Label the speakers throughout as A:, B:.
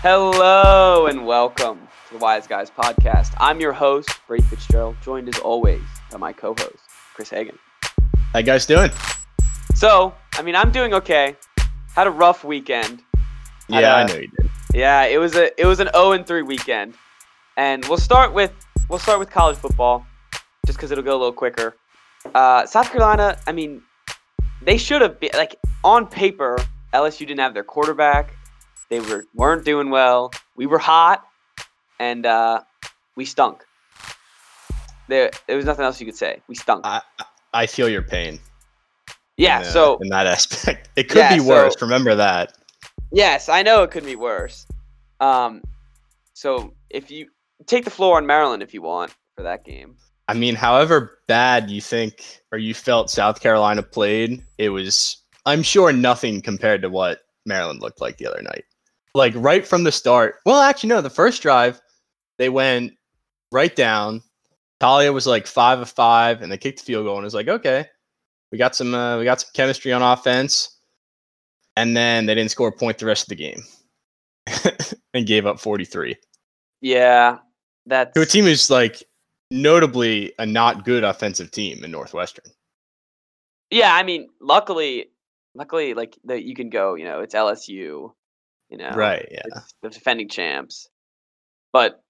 A: Hello and welcome to the Wise Guys podcast. I'm your host, Brady Fitzgerald, joined as always by my co host, Chris Hagan.
B: How you guys doing?
A: So, I mean, I'm doing okay. Had a rough weekend. Had
B: yeah, I
A: a-
B: know you did.
A: Yeah, it was a it was an 0 and 3 weekend. And we'll start with we'll start with college football just cuz it'll go a little quicker. Uh, South Carolina, I mean, they should have been like on paper, LSU didn't have their quarterback. They were weren't doing well. We were hot and uh, we stunk. There there was nothing else you could say. We stunk.
B: I, I feel your pain.
A: yeah,
B: in, the-
A: so
B: in that aspect, it could
A: Yeah,
B: be
A: so-
B: worse. Remember that.
A: Yes, I know it could be worse. Um, so if you take the floor on Maryland if you want for that game,
B: I mean, however bad you think or you felt South Carolina played, it was, I'm sure, nothing compared to what Maryland looked like the other night. Like right from the start. Well, actually, no. The first drive, they went right down. Talia was like five of five, and they kicked the field goal, and it was like, okay, we got some, uh, we got some chemistry on offense, and then they didn't score a point the rest of the game, and gave up forty three
A: yeah, that's
B: to a team who's like notably a not good offensive team in Northwestern.
A: yeah. I mean, luckily, luckily, like that you can go. You know, it's LSU. You know,
B: Right. Yeah.
A: it's the defending champs. But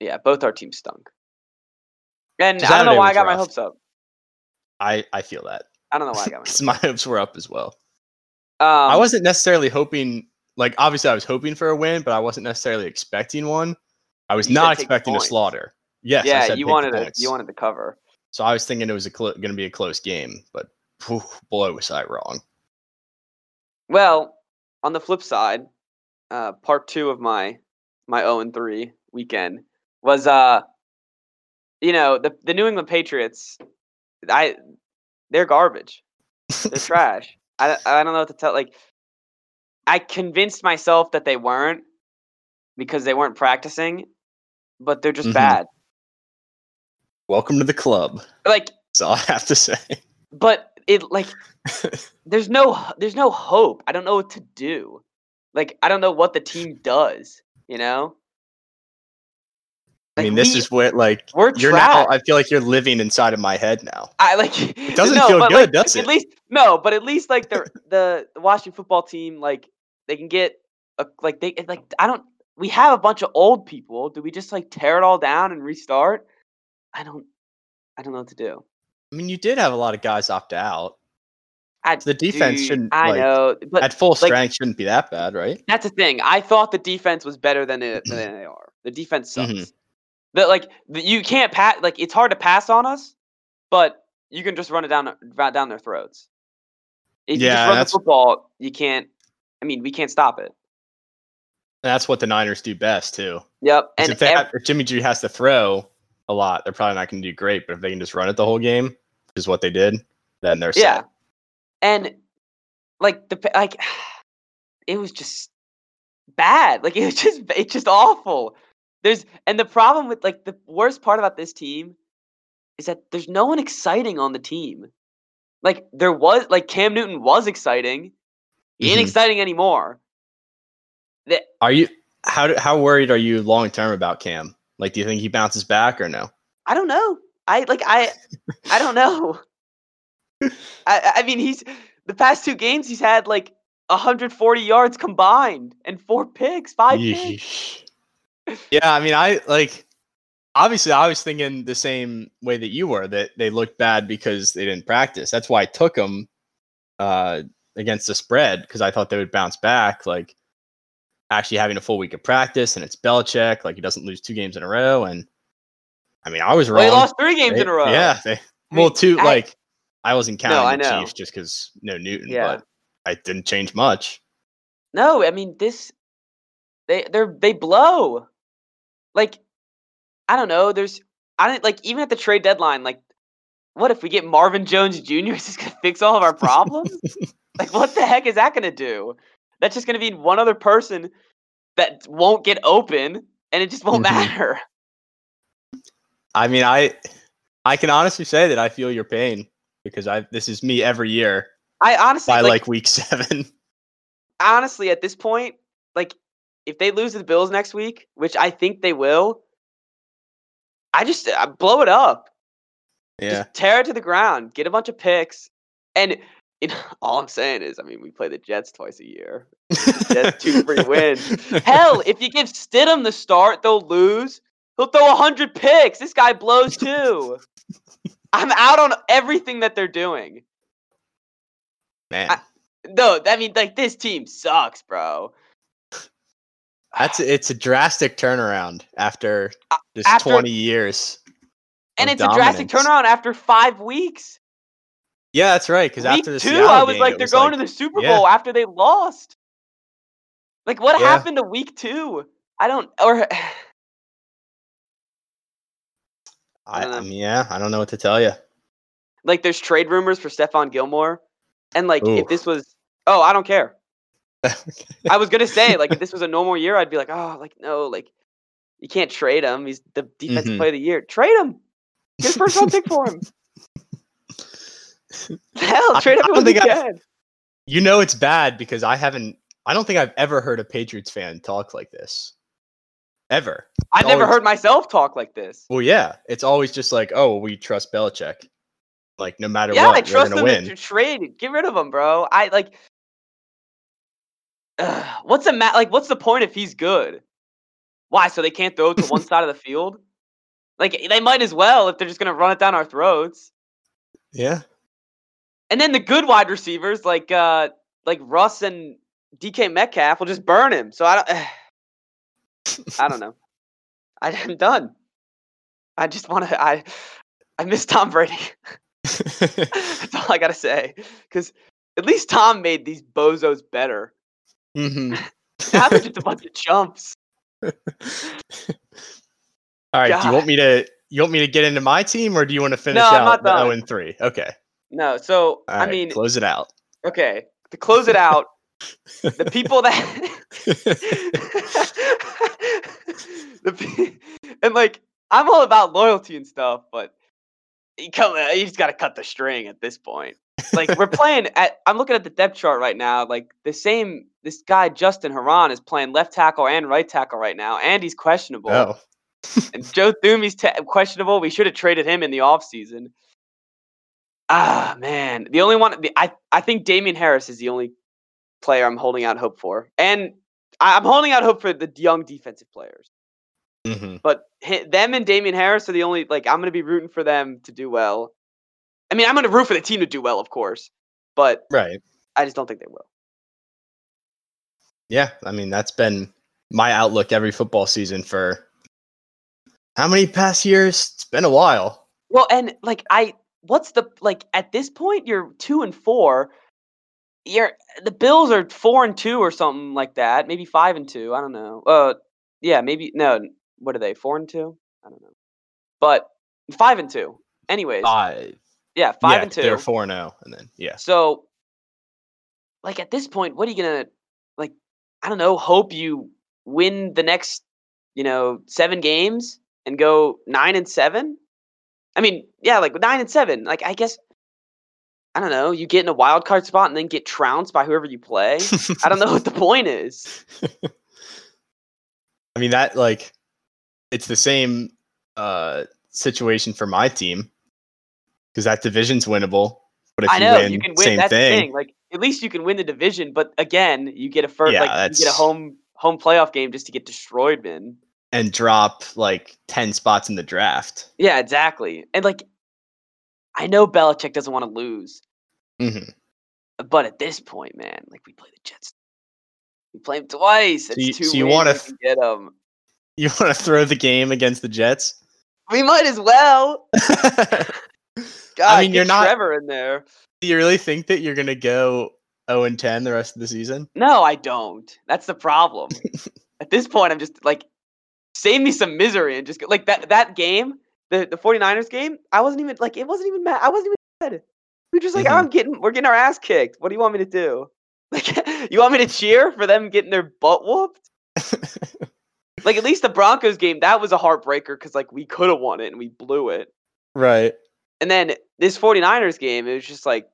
A: yeah, both our teams stunk. And I don't
B: Saturday
A: know why I
B: was
A: got my
B: rough.
A: hopes up.
B: I, I feel that
A: I don't know why I got my. Hopes.
B: because my hopes were up as well.
A: Oh, Um,
B: I wasn't necessarily hoping, like, obviously, I was hoping for a win, but I wasn't necessarily expecting one. I was
A: You said
B: not
A: take the
B: expecting a
A: points.
B: slaughter. Yes. I
A: yeah,
B: said take
A: you
B: the
A: wanted a,
B: points.
A: you wanted the cover.
B: So I was thinking it was cl- going to be a close game, but phew, boy, was I wrong.
A: Well, on the flip side, uh, part two of my my zero and three weekend was uh, you know the the New England Patriots, I they're garbage, they're trash. I I don't know what to tell. Like, I convinced myself that they weren't because they weren't practicing, but they're just
B: Mhm.
A: bad.
B: Welcome to the club.
A: Like,
B: That's all I have to say.
A: but it like there's no h- there's no hope. I don't know what to do. Like I don't know what the team does. You know.
B: I
A: Like,
B: mean, this
A: we-
B: is where, like,
A: we're
B: you're now,
A: trapped.
B: I feel like you're living inside of my head now.
A: I like. It
B: doesn't
A: no,
B: feel
A: but, like,
B: good, does
A: At
B: it?
A: least no, but at least like the the the Washington football team, like they can get a, like they it's like I don't. We have a bunch of old people. Do we just like tear it all down and restart? I don't. I don't know what to do.
B: I mean, you did have a lot of guys opt out.
A: I,
B: The defense
A: dude,
B: shouldn't,
A: I
B: like,
A: know, but
B: At full
A: like-
B: strength, shouldn't be that bad, right?
A: That's the thing. I thought the defense was better than it than they are. The defense sucks.
B: Mhm.
A: That like th- you can't pass. Like it's hard to pass on us, but you can just run it down th- right down their throats. If you
B: Yeah,
A: just run the
B: that's-
A: football, you can't. I mean, we can't stop it.
B: And that's what the Niners do best too.
A: Yep.
B: Is
A: And
B: if, they
A: ev-
B: have, if Jimmy G has to throw a lot, they're probably not going to do great. But if they can just run it the whole game, which is what they did, then they're
A: yeah,
B: set.
A: and like the pa- like, it was just bad. Like it was just it's just awful. There's and the problem with like the worst part about this team is that there's no one exciting on the team. Like there was like Cam Newton was exciting. He ain't
B: Mhm.
A: exciting anymore. The-
B: Are you how do- how worried are you long term about Cam? Like, do you think he bounces back or no?
A: I don't know. I like I I don't know. I I mean he's the past two games he's had like 140 yards combined and four picks, five picks.
B: Yeesh. yeah, I mean, I like. Obviously, I was thinking the same way that you were that they looked bad because they didn't practice. That's why I took them uh, against the spread because I thought they would bounce back. Like actually having a full week of practice, and it's Belichick. Like he doesn't lose two games in a row. And I mean, I was wrong.
A: Well, he lost three games
B: They-
A: in a row.
B: Yeah. They,
A: I
B: well,
A: mean,
B: two
A: I-
B: like I wasn't counting
A: I
B: the
A: know.
B: Chiefs just because no Newton,
A: Yeah.
B: but I didn't change much.
A: No, I mean this. They they're they blow. Like, I don't know. There's I don't like even at the trade deadline. Like, what if we get Marvin Jones Jr. Is this gonna fix all of our problems? like, what the heck is that gonna do? That's just gonna be one other person that won't get open, and it just won't
B: Mhm.
A: matter.
B: I mean, I I can honestly say that I feel your pain because I this is me every year
A: I honestly
B: by
A: like,
B: like, week seven.
A: honestly at this point, like if they lose to the Bills next week, which I think they will, I just I blow it up.
B: Yeah.
A: Just tear it to the ground. Get a bunch of picks. And it, all I'm saying is, I mean, we play the Jets twice a year. Jets two free wins. Hell, if you give Stidham the start, they'll lose. He'll throw 100 picks. This guy blows too. I'm out on everything that they're doing.
B: Man,
A: I- No, I mean, like, this team sucks, bro.
B: that's a, it's a drastic turnaround after
A: A-
B: this
A: after-
B: 20 years.
A: And
B: of
A: it's a drastic
B: dominance.
A: turnaround after five weeks.
B: Yeah, that's right. Because
A: Week
B: after the
A: two,
B: Seattle
A: I was
B: game,
A: like,
B: it
A: they're
B: was
A: going
B: like-
A: to the Super
B: yeah.
A: Bowl after they lost. Like, what
B: Yeah.
A: happened to week two? I don't, or
B: I,
A: don't
B: I
A: know.
B: mean, yeah, I don't know what to tell you.
A: like, there's trade rumors for Stefan Gilmore. And, like,
B: Ooh.
A: if this was, oh, I don't care. I was gonna say, like, if this was a normal year, I'd be like, oh, like no, like you can't trade him. He's the defensive
B: Mhm.
A: player of the year. Trade him. Get a first round pick for him. Hell,
B: I-
A: trade
B: I
A: him
B: don't
A: if you
B: think
A: can.
B: you know it's bad because I haven't. I don't think I've ever heard a Patriots fan talk like this. Ever.
A: I've never
B: always-
A: heard myself talk like this.
B: Well, yeah, it's always just like, oh, we trust Belichick. Like no matter
A: Yeah,
B: what,
A: I
B: we're
A: trust
B: gonna
A: them
B: win.
A: to trade. Get rid of him, bro. I like. Ugh, what's the ma- like? What's the point if he's good? Why? So they can't throw it to one side of the field? Like eh, they might as well if they're just gonna run it down our throats.
B: Yeah,
A: And then the good wide receivers like uh like Russ and DK Metcalf will just burn him. So I don't I don't know. I, I'm done. I just want to I I miss Tom Brady. That's all I got to say cuz at least Tom made these bozos better.
B: Mhm.
A: Now they're just a bunch of chumps.
B: All right. Do you
A: God.
B: want me to? You want me to get into my team, or do you want to finish
A: No, I'm
B: out
A: not
B: the
A: done.
B: zero and three? Okay.
A: No, so
B: All
A: I
B: right,
A: mean,
B: close it out.
A: okay, to close it out, the people that the, pe- and like I'm all about loyalty and stuff, but you come uh, you just gotta cut the string at this point. Like we're playing at I'm looking at the depth chart right now, like the same this guy Justin Haran is playing left tackle and right tackle right now, and he's questionable.
B: oh,
A: And Joe Thumy's ta questionable. We should have traded him in the offseason. Ah man, the only one the, I I think Damian Harris is the only player I'm holding out hope for, and I, I'm holding out hope for the young defensive players.
B: Mhm.
A: But hi- them and Damian Harris are the only like I'm gonna be rooting for them to do well. I mean, I'm gonna root for the team to do well, of course, but
B: right.
A: I just don't think they will.
B: Yeah, I mean that's been my outlook every football season for how many past years? It's been a while.
A: Well, and like I, what's the like at this point? You're two and four. You're the Bills are four and two or something like that. Maybe five and two. I don't know. Uh, yeah, maybe no. n- What are they? Four and two? I don't know. But five and two. Anyways,
B: Five,
A: yeah, five and 2
B: They're four and zero, and then yeah,
A: so, like at this point, what are you gonna like? I don't know. Hope you win the next, you know, seven games and go nine and seven. I mean, yeah, like nine and seven. Like I guess I don't know. You get in a wild card spot and then get trounced by whoever you play. I don't know what the point is.
B: I mean that like it's the same uh situation for my team because that division's winnable. But if
A: I know
B: you win,
A: you can win.
B: same
A: that's the
B: thing.
A: thing. Like at least you can win the division, but again, you get a first,
B: Yeah,
A: like you get a
B: that's-
A: home home playoff game just to get destroyed, man.
B: and drop like ten spots in the draft.
A: Yeah, exactly. And like, I know Belichick doesn't want to lose,
B: Mhm.
A: but at this point, man, like we play the Jets, we play them twice. It's
B: you-
A: two
B: so you
A: wins,
B: wanna
A: we
B: th-
A: can get them.
B: You want to throw the game against the Jets?
A: We might as well. God,
B: mean,
A: get
B: you're not-
A: Trevor in there.
B: Do you really think that you're gonna go 0 and 10 the rest of the season?
A: No, I don't. That's the problem. at this point, I'm just like, save me some misery and just go, like that that game, the the 49ers game. I wasn't even like it wasn't even mad. I wasn't even mad. We were just like,
B: Mhm.
A: I'm getting we're getting our ass kicked. What do you want me to do? Like, you want me to cheer for them getting their butt whooped? Like at least the Broncos game, that was a heartbreaker because like we could have won it and we blew it.
B: Right.
A: And then this 49ers game, it was just like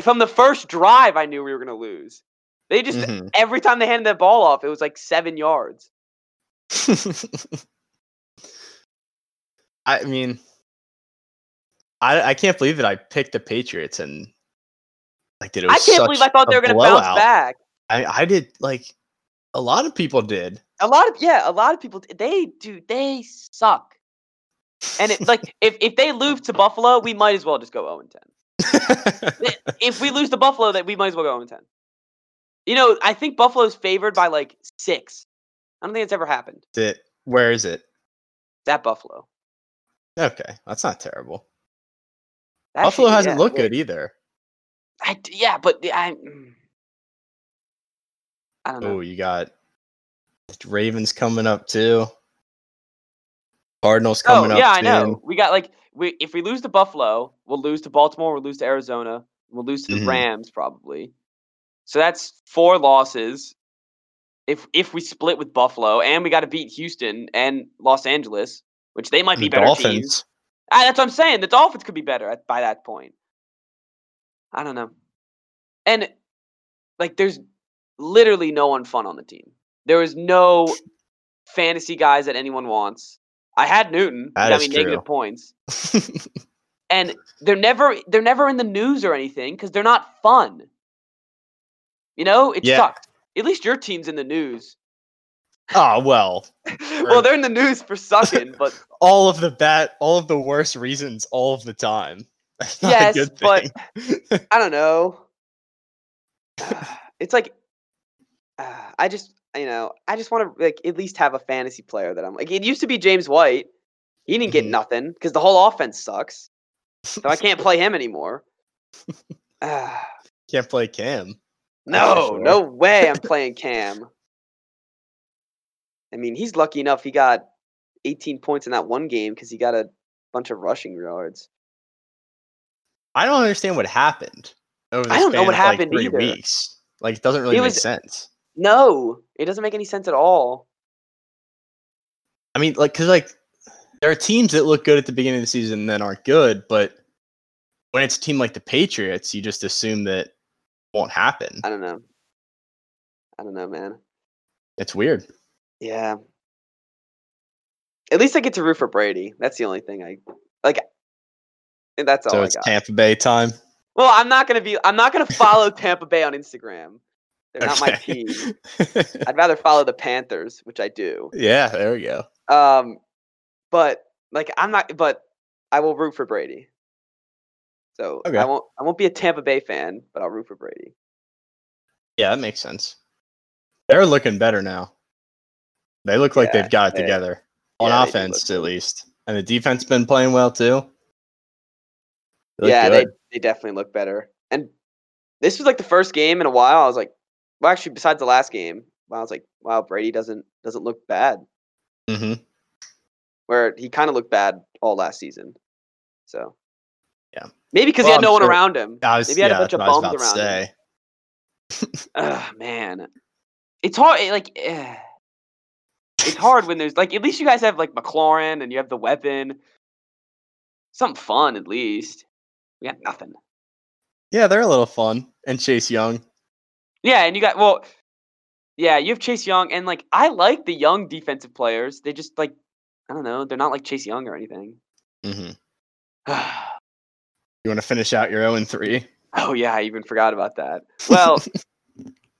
A: from the first drive, I knew we were gonna lose. They just
B: Mhm.
A: every time they handed that ball off, it was like seven yards.
B: I mean, I I can't believe that I picked the Patriots and like did it.
A: I
B: Was
A: can't believe I
B: such
A: thought
B: a
A: they were going to bounce
B: blowout.
A: back.
B: I I did like a lot of people did.
A: A lot of yeah, a lot of people they do they suck. And it, like if if they lose to Buffalo, we might as well just go 0 and 10. If we lose to Buffalo, that we might as well go 0 and 10. You know, I think Buffalo's favored by like 6. I don't think it's ever happened.
B: Did- where is it?
A: It's at Buffalo.
B: Okay, that's not terrible.
A: That
B: Buffalo
A: shit-
B: hasn't
A: yeah,
B: looked
A: yeah.
B: good either.
A: I d yeah, but the- I mm. I don't know.
B: Oh, you got the Ravens coming up too. Cardinals coming
A: oh,
B: up.
A: yeah, I
B: soon.
A: know. We got like we if we lose to Buffalo, we'll lose to Baltimore, we'll lose to Arizona, we'll lose to the
B: Mhm.
A: Rams probably. So that's four losses. If if we split with Buffalo and we got to beat Houston and Los Angeles, which they might
B: The
A: be better teams.
B: Dolphins.
A: Ah, that's what I'm saying. The Dolphins could be better at, by that point. I don't know. And like there's literally no one fun on the team. There is no fantasy guys that anyone wants. I had Newton.
B: That
A: I
B: is
A: mean
B: true.
A: negative points. And they're never they're never in the news or anything cuz they're not fun. You know, it
B: Yeah.
A: sucked. At least your team's in the news.
B: oh well,
A: well, they're in the news for sucking, but
B: all of the bad, all of the worst reasons, all of the time. That's not
A: Yes,
B: a good
A: but-
B: thing.
A: I don't know. it's like uh, I just you know I just want to like at least have a fantasy player that I'm like. It used to be James White. He didn't get
B: Mhm.
A: nothing because the whole offense sucks, so I can't play him anymore. Uh,
B: Can't play Cam. That's for
A: no,
B: sure.
A: no way I'm playing Cam. I mean, he's lucky enough he got 18 points in that one game because he got a bunch of rushing yards.
B: I don't understand what happened. Over the
A: I don't know
B: span
A: what
B: of, like,
A: happened
B: three
A: either.
B: weeks. Like it doesn't really
A: It
B: make
A: was-
B: sense.
A: No, it doesn't make any sense at all.
B: I mean, like, cause like there are teams that look good at the beginning of the season and then aren't good, but when it's a team like the Patriots, you just assume that it won't happen.
A: I don't know. I don't know, man.
B: It's weird.
A: Yeah. At least I get to root for Brady. That's the only thing I like. and That's all
B: so
A: I
B: it's
A: got.
B: Tampa Bay time.
A: well, I'm not gonna be. I'm not gonna follow Tampa Bay on Instagram. They're not my
B: Okay.
A: team. I'd rather follow the Panthers, which I do.
B: yeah, there we go.
A: Um, but like I'm not. But I will root for Brady. So
B: Okay.
A: I won't. I won't be a Tampa Bay fan, but I'll root for Brady.
B: Yeah, that makes sense. They're looking better now. They look like
A: Yeah,
B: they've got it
A: they-
B: together on
A: yeah, they do
B: offense,
A: look
B: at least, and the defense been playing well too. They look
A: yeah, they,
B: good.
A: they definitely look better. And this was like the first game in a while. I was like, well, actually, besides the last game, I was like, wow, Brady doesn't doesn't look bad.
B: Mhm.
A: Where he kind of looked bad all last season. So
B: Yeah.
A: maybe because he
B: Well,
A: had
B: I'm
A: no one
B: sure-
A: around him.
B: I was,
A: Maybe I had a
B: yeah,
A: bunch
B: that's
A: of
B: what I was
A: bums
B: about to
A: around him.
B: say.
A: Ugh, man, it's hard. it, like. eh, It's hard when there's like at least you guys have like McLaurin and you have the weapon, something fun at least. We got nothing.
B: Yeah, they're a little fun. And Chase Young.
A: Yeah, and you got well, yeah, you have Chase Young, and like I like the young defensive players. They just like I don't know, they're not like Chase Young or anything.
B: Mhm.
A: oh
B: You want to finish out your 0 and 3?
A: yeah, I even forgot about that. Well,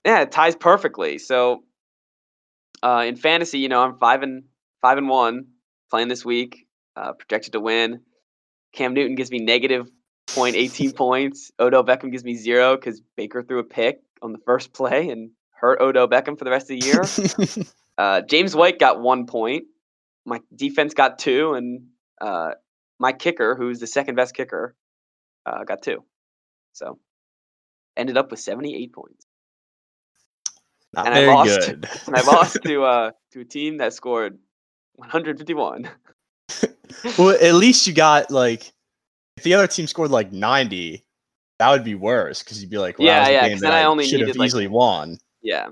A: yeah, it ties perfectly. So uh, in fantasy, you know, I'm five and five and one playing this week, uh, projected to win. Cam Newton gives me negative point eighteen points. Odell Beckham gives me zero because Baker threw a pick on the first play and hurt Odell Beckham for the rest of the year. Uh, James White got one point. My defense got two, and uh, my kicker, who's the second best kicker, uh, got two. So ended up with seventy-eight points,
B: Not
A: And I
B: very
A: lost.
B: good.
A: and I lost to uh, to a team that scored one hundred fifty-one.
B: well, at least you got like, if the other team scored like 90, that would be worse because you'd be like, well,
A: Yeah,
B: that was a
A: yeah,
B: game
A: 'cause
B: that
A: then I only
B: should have
A: needed, like-
B: easily won.
A: Yeah,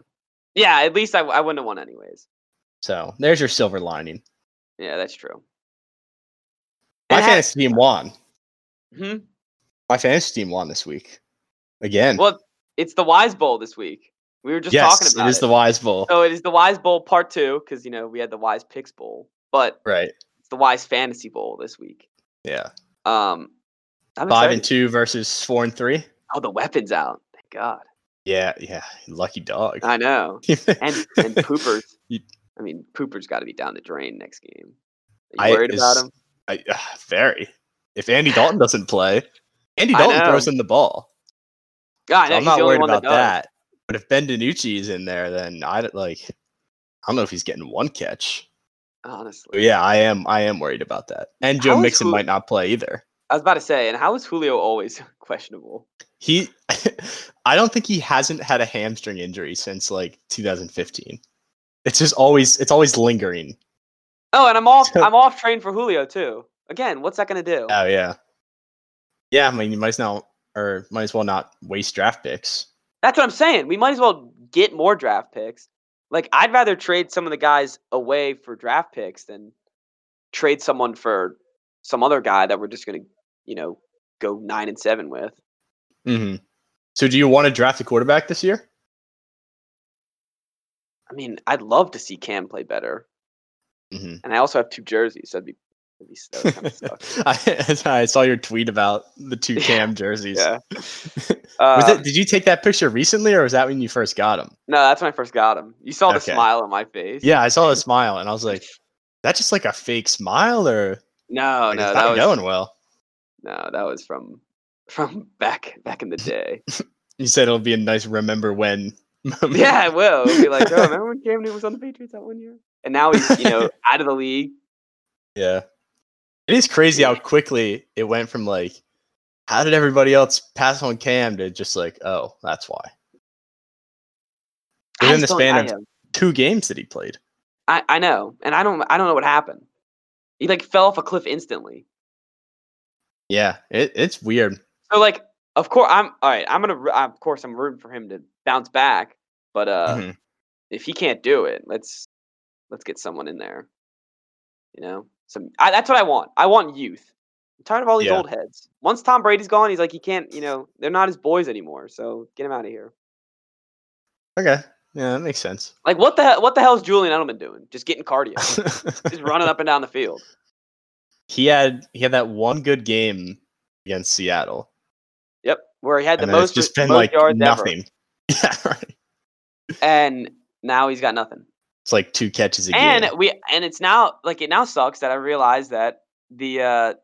A: yeah. At least I, I wouldn't have won anyways.
B: So there's your silver lining.
A: Yeah, that's true.
B: My
A: And ha-
B: fantasy team won.
A: Hmm?
B: My fantasy team won this week. Again.
A: Well, it's the Wise Bowl this week. We were just talking
B: yes,
A: about
B: it is the Wise Bowl.
A: so it is the Wise Bowl Part Two because you know we had the Wise Picks Bowl, but
B: Right.
A: it's the Wise Fantasy Bowl this week.
B: Yeah.
A: Um, I'm
B: Five and
A: excited.
B: two versus four and three.
A: Oh, the weapons out! Thank God.
B: Yeah. Yeah. Lucky dog.
A: I know. And and Poopers.
B: You-
A: I mean, Poopers got to be down the drain next game. Are
B: I-
A: you worried about
B: it's-
A: him?
B: I, uh, very. If Andy Dalton doesn't play, Andy
A: I
B: Dalton
A: know.
B: throws in the ball.
A: God,
B: So I'm
A: he's
B: not
A: the only
B: worried
A: one
B: about
A: does.
B: that. But if Ben DiNucci is in there, then I don't like. I don't know if he's getting one catch. But
A: Honestly,
B: yeah, I am. I am worried about that. And Joe
A: How is
B: Mixon
A: Jul-
B: might not play either.
A: I was about to say, and how is Julio always questionable?
B: He, I don't think he hasn't had a hamstring injury since like 2015. It's just always. It's always lingering.
A: Oh, and I'm off. I'm off train for Julio too. Again, what's that going to do?
B: Oh yeah, yeah. I mean, you might as not or might as well not waste draft picks.
A: That's what I'm saying. We might as well get more draft picks. Like I'd rather trade some of the guys away for draft picks than trade someone for some other guy that we're just going to, you know, go nine and seven with.
B: hmm So, do you want to draft a quarterback this year?
A: I mean, I'd love to see Cam play better,
B: Mm-hmm.
A: and I also have two jerseys, so that'd be, that'd be that would kind of suck.
B: I, I saw your tweet about the two
A: Yeah.
B: Cam jerseys.
A: Yeah.
B: was
A: Uh,
B: it, did you take that picture recently, or was that when you first got them?
A: No, that's when I first got him. You saw the
B: Okay.
A: smile on my face.
B: Yeah, I saw the smile, and I was like, "That's just like a fake smile, or
A: No,
B: like,
A: Oh, no,
B: it's
A: that
B: not
A: was
B: going well."
A: no, that was from from back back in the day.
B: You said it'll be a nice remember when. Moment.
A: yeah, I will. It'll Be like, oh, remember when Cam Newton was on the Patriots that one year? And now he's you know out of the league.
B: Yeah. It is crazy how quickly it went from like, how did everybody else pass on Cam to just like, oh, that's why.
A: I
B: Within the
A: just don't-
B: span
A: I
B: of
A: am-
B: two games that he played.
A: I, I know, and I don't I don't know what happened. He like fell off a cliff instantly.
B: Yeah, it, it's weird.
A: So like, of course I'm all right. I'm gonna ru- I- of course I'm rooting for him to bounce back, but uh,
B: Mhm.
A: if he can't do it, let's let's get someone in there. You know, some I, that's what I want. I want youth. I'm tired of all these
B: Yeah.
A: old heads. Once Tom Brady's gone, he's like he can't. You know, they're not his boys anymore. So get him out of here.
B: Okay. Yeah, that makes sense.
A: Like what the hell? What the hell is Julian Edelman doing? Just getting cardio, just running up and down the field.
B: he had he had that one good game against Seattle.
A: Yep, where he had the
B: and then
A: most
B: it's just
A: re-
B: been
A: most
B: like
A: yards ever.
B: nothing. Yeah, right.
A: and now he's got nothing.
B: It's like two catches a
A: and
B: game.
A: we and it's now like it now sucks that I realize that the uh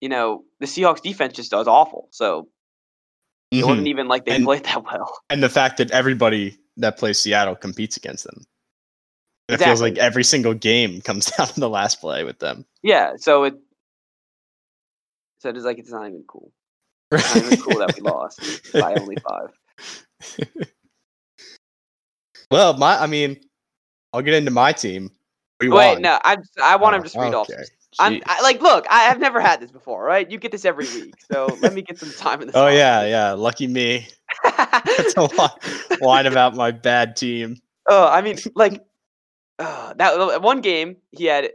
A: you know the Seahawks defense just does awful. So it
B: Mhm.
A: wasn't even like they
B: And-
A: played that well.
B: and the fact that everybody that plays Seattle competes against them. And It feels like
A: Exactly.
B: every single game comes down to the last play with them.
A: Yeah. So it so it's like it's not even cool. It's not even cool that we lost by only five.
B: well, my I mean, I'll get into my team. We
A: Wait,
B: won.
A: no, I I want him
B: Oh,
A: to just read off.
B: okay.
A: I'm
B: Jeez.
A: I, like, look, I, I've never had this before, right? You get this every week, so let me get some time in this.
B: Oh yeah, yeah. Lucky me. to li- whine about my bad team.
A: Oh, I mean, like uh, that uh, one game he had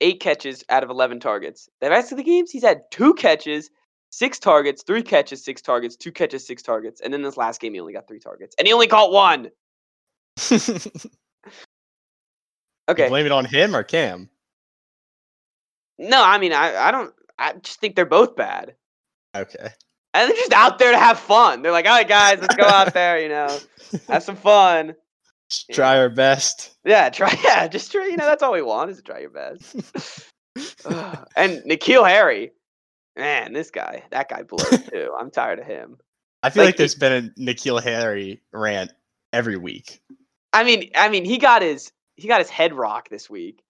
A: eight catches out of eleven targets. The rest of the games he's had two catches, six targets, three catches, six targets, two catches, six targets, and then this last game he only got three targets and he only caught one.
B: You
A: Okay,
B: Blame it on him or Cam.
A: no, I mean, I, I don't. I just think they're both bad,
B: Okay.
A: and they're just out there to have fun. They're like, all right, guys, let's go out there, you know, have some fun.
B: Just
A: Yeah.
B: Try our best.
A: Yeah, try. Yeah, just try. You know, that's all we want is to try your best. Ugh, and Nikhil Harry, man, this guy, that guy blows too. I'm tired of him.
B: I feel
A: Like,
B: like, there's been a Nikhil Harry rant every week.
A: I mean, I mean, he got his he got his head rock this week,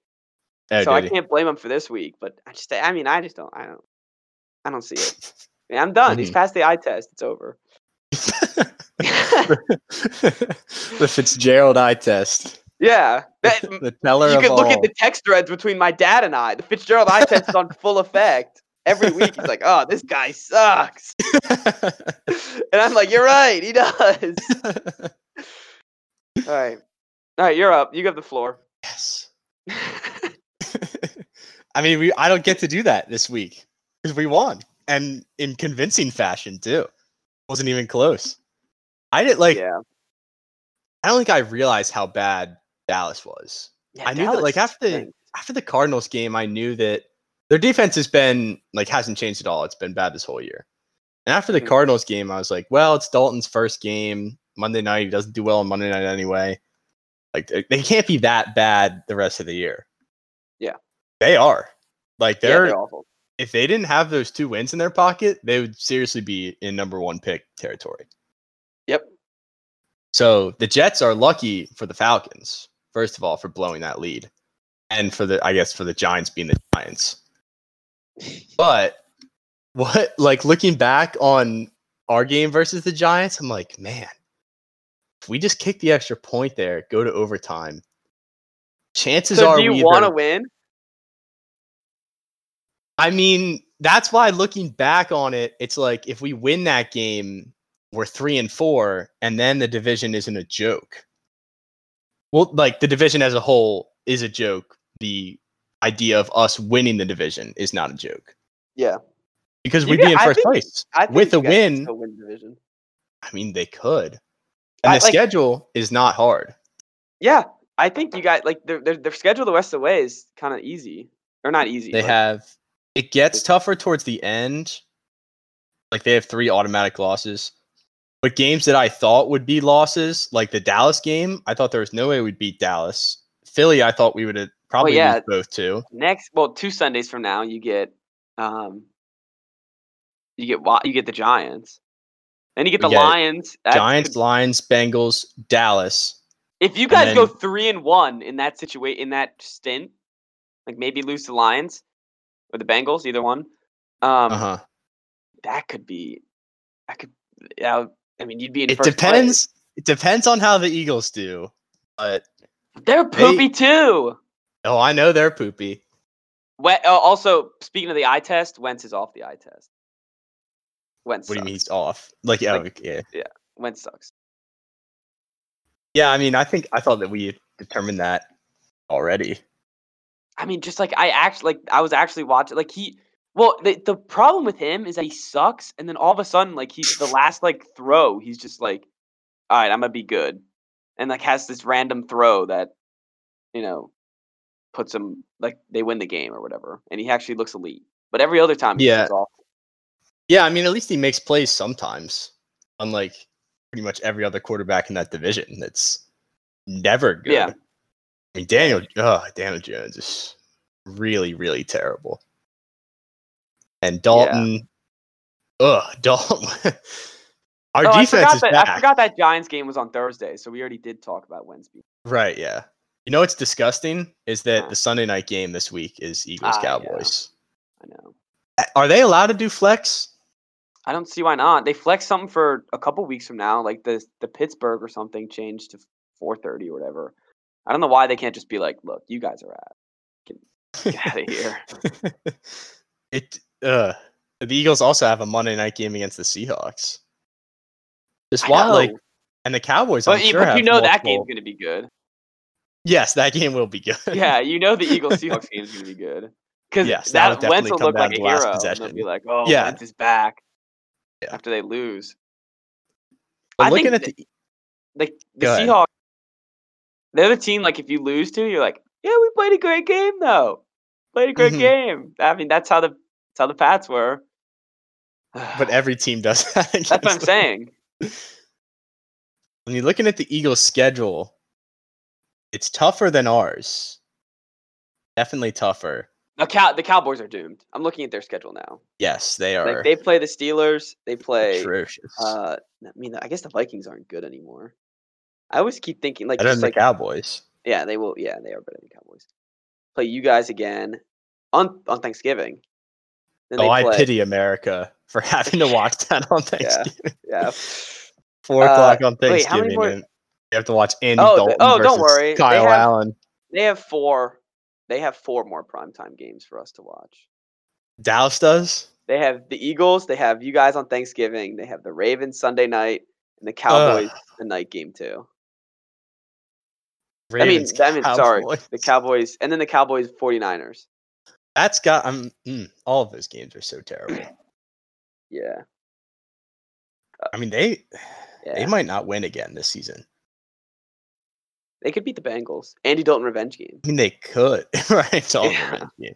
B: Oh,
A: so I
B: did he?
A: can't blame him for this week. But I just, I mean, I just don't, I don't, I don't see it. I mean, I'm done. He's
B: Mhm.
A: passed the eye test. It's over.
B: the Fitzgerald eye test.
A: yeah, that-
B: The teller
A: you
B: of
A: could look at
B: all.
A: the text threads between my dad and I. The Fitzgerald eye test is on full effect. Every week he's like, "Oh, this guy sucks," and I'm like, "You're right, he does." All right, all right, you're up. You have the floor.
B: yes. I mean, we I don't get to do that this week because we won and in convincing fashion too. Wasn't even close. I did like
A: yeah.
B: I don't think I realized how bad Dallas was.
A: Yeah,
B: I knew that,
A: Dallas
B: like, after the-
A: stinks.
B: After the Cardinals game, I knew that their defense has been like hasn't changed at all. It's been bad this whole year. And after the
A: Mhm.
B: Cardinals game, I was like, well, it's Dalton's first game. Monday night, he doesn't do well on Monday night anyway. Like they, they can't be that bad the rest of the year.
A: Yeah.
B: They are. Like
A: Yeah,
B: they're,
A: they're awful.
B: if they didn't have those two wins in their pocket, they would seriously be in number one pick territory.
A: Yep.
B: So the Jets are lucky for the Falcons, first of all, for blowing that lead, and for the I guess for the Giants being the Giants. But what like looking back on our game versus the Giants, I'm like, man, if we just kick the extra point there, go to overtime. Chances
A: So
B: are
A: do you
B: we
A: want
B: either-
A: to win?
B: I mean, that's why looking back on it, it's like if we win that game, we're three and four, and then the division isn't a joke. Well, like the division as a whole is a joke. The idea of us winning the division is not a joke.
A: Yeah.
B: Because
A: You
B: we'd
A: guys-
B: be in
A: I
B: first
A: think-
B: place.
A: I think
B: With
A: you
B: a
A: guys can
B: win-
A: still win the division.
B: I mean, they could. And
A: I-
B: the
A: like-
B: schedule is not hard.
A: Yeah, I think you guys like their their, their schedule the rest of the way is kind of easy or not easy.
B: They
A: but-
B: have it gets tougher towards the end. Like they have three automatic losses. But games that I thought would be losses, like the Dallas game, I thought there was no way we'd beat Dallas. Philly, I thought we would have probably
A: yeah.
B: lose both too.
A: next. Well, two Sundays from now, you get um, you get Wa- you get the Giants, and you get
B: We
A: the
B: get
A: Lions. That's
B: Giants,
A: good.
B: Lions, Bengals, Dallas.
A: If you guys
B: and
A: go
B: then-
A: three and one in that situation in that stint, like maybe lose the Lions or the Bengals, either one. Um,
B: Uh huh.
A: That could be. That could. That would- I mean, you'd be in.
B: It
A: first place.
B: depends. It depends on how the Eagles do. But
A: They're
B: They-
A: poopy too.
B: oh, I know they're poopy.
A: We- uh, also, speaking of the eye test, Wentz is off the eye test. Wentz.
B: What do you
A: sucks.
B: mean he's off? Like, oh,
A: Like-
B: yeah.
A: Wentz sucks.
B: Yeah, I mean, I think I thought that we determined that already.
A: I mean, just like I actually like I was actually watching like he. Well, the the problem with him is that he sucks, and then all of a sudden, like he's the last like throw, he's just like, "All right, I'm gonna be good," and like has this random throw that, you know, puts him like they win the game or whatever, and he actually looks elite. But every other time, he
B: Yeah.
A: looks awful.
B: Yeah, I mean, at least he makes plays sometimes, unlike pretty much every other quarterback in that division. That's never good.
A: Yeah.
B: I mean, Daniel, oh, Daniel Jones is really, really terrible. And Dalton, ugh, Dalton. Our
A: Oh, I
B: defense
A: forgot
B: is
A: that,
B: back.
A: I forgot that Giants game was on Thursday, so we already did talk about Wentz. being-
B: Right, yeah. You know what's disgusting is that
A: Huh.
B: the Sunday night game this week is Eagles
A: Ah, yeah.
B: Cowboys.
A: I know.
B: A- Are they allowed to do flex?
A: I don't see why not. They flex something for a couple weeks from now, like the the Pittsburgh or something changed to 4:30 or whatever. I don't know why they can't just be like, "Look, you guys are at get out of here."
B: it uh the Eagles also have a Monday night game against the Seahawks. Just
A: I
B: wild, like
A: know.
B: and the Cowboys.
A: but,
B: I'm
A: you-
B: sure
A: but you
B: have
A: know that game's
B: multiple-
A: going to be good.
B: Yes, that game will be good.
A: Yeah, you know the Eagles Seahawks game's going to be good. Because
B: Yes, that
A: that,
B: would
A: Wentz
B: definitely
A: will
B: come
A: look
B: down
A: like a
B: to the last
A: hero. And they'll
B: possession.
A: be like, "Oh,
B: Yeah.
A: Wentz is back."
B: Yeah.
A: After they lose, I
B: But
A: think
B: looking at
A: th-
B: the
A: like the
B: Go ahead.
A: Seahawks, they're the team. Like if you lose to, you're like, yeah, we played a great game though. Played a great
B: Mhm.
A: game. I mean, that's how the that's how the Pats were.
B: but every team does that.
A: that's what I'm
B: against them.
A: saying.
B: When you're looking at the Eagles schedule, it's tougher than ours. Definitely tougher.
A: The cow the Cowboys are doomed. I'm looking at their schedule now.
B: Yes, they are
A: Like they play the Steelers. They play.
B: atrocious.
A: Uh, I mean, I guess the Vikings aren't good anymore. I always keep thinking like,
B: Better than
A: just,
B: the
A: like
B: Cowboys.
A: yeah, they will. Yeah, they are better than the Cowboys. Play you guys again on on Thanksgiving. Then
B: Oh,
A: they
B: I
A: play-
B: pity America for having to watch that on Thanksgiving.
A: Yeah,
B: Four
A: Uh,
B: o'clock on
A: wait, how
B: Thanksgiving.
A: many more-
B: and you have to watch Andy
A: Oh,
B: Dalton
A: th- oh, don't
B: versus
A: worry, they
B: Kyle
A: have-
B: Allen.
A: They have four. They have four more primetime games for us to watch.
B: Dallas does.
A: They have the Eagles. They have you guys on Thanksgiving. They have the Ravens Sunday night and the Cowboys the night game too. mean-
B: Ravens,
A: I mean, sorry,
B: Cowboys.
A: The Cowboys and then the Cowboys 49ers.
B: That's got. I'm. mm, all of those games are so terrible.
A: Uh, Yeah.
B: I mean, they
A: Yeah.
B: they might not win again this season.
A: They could beat the Bengals. Andy Dalton revenge game.
B: I mean, they could, right? It's all
A: Yeah.
B: revenge game.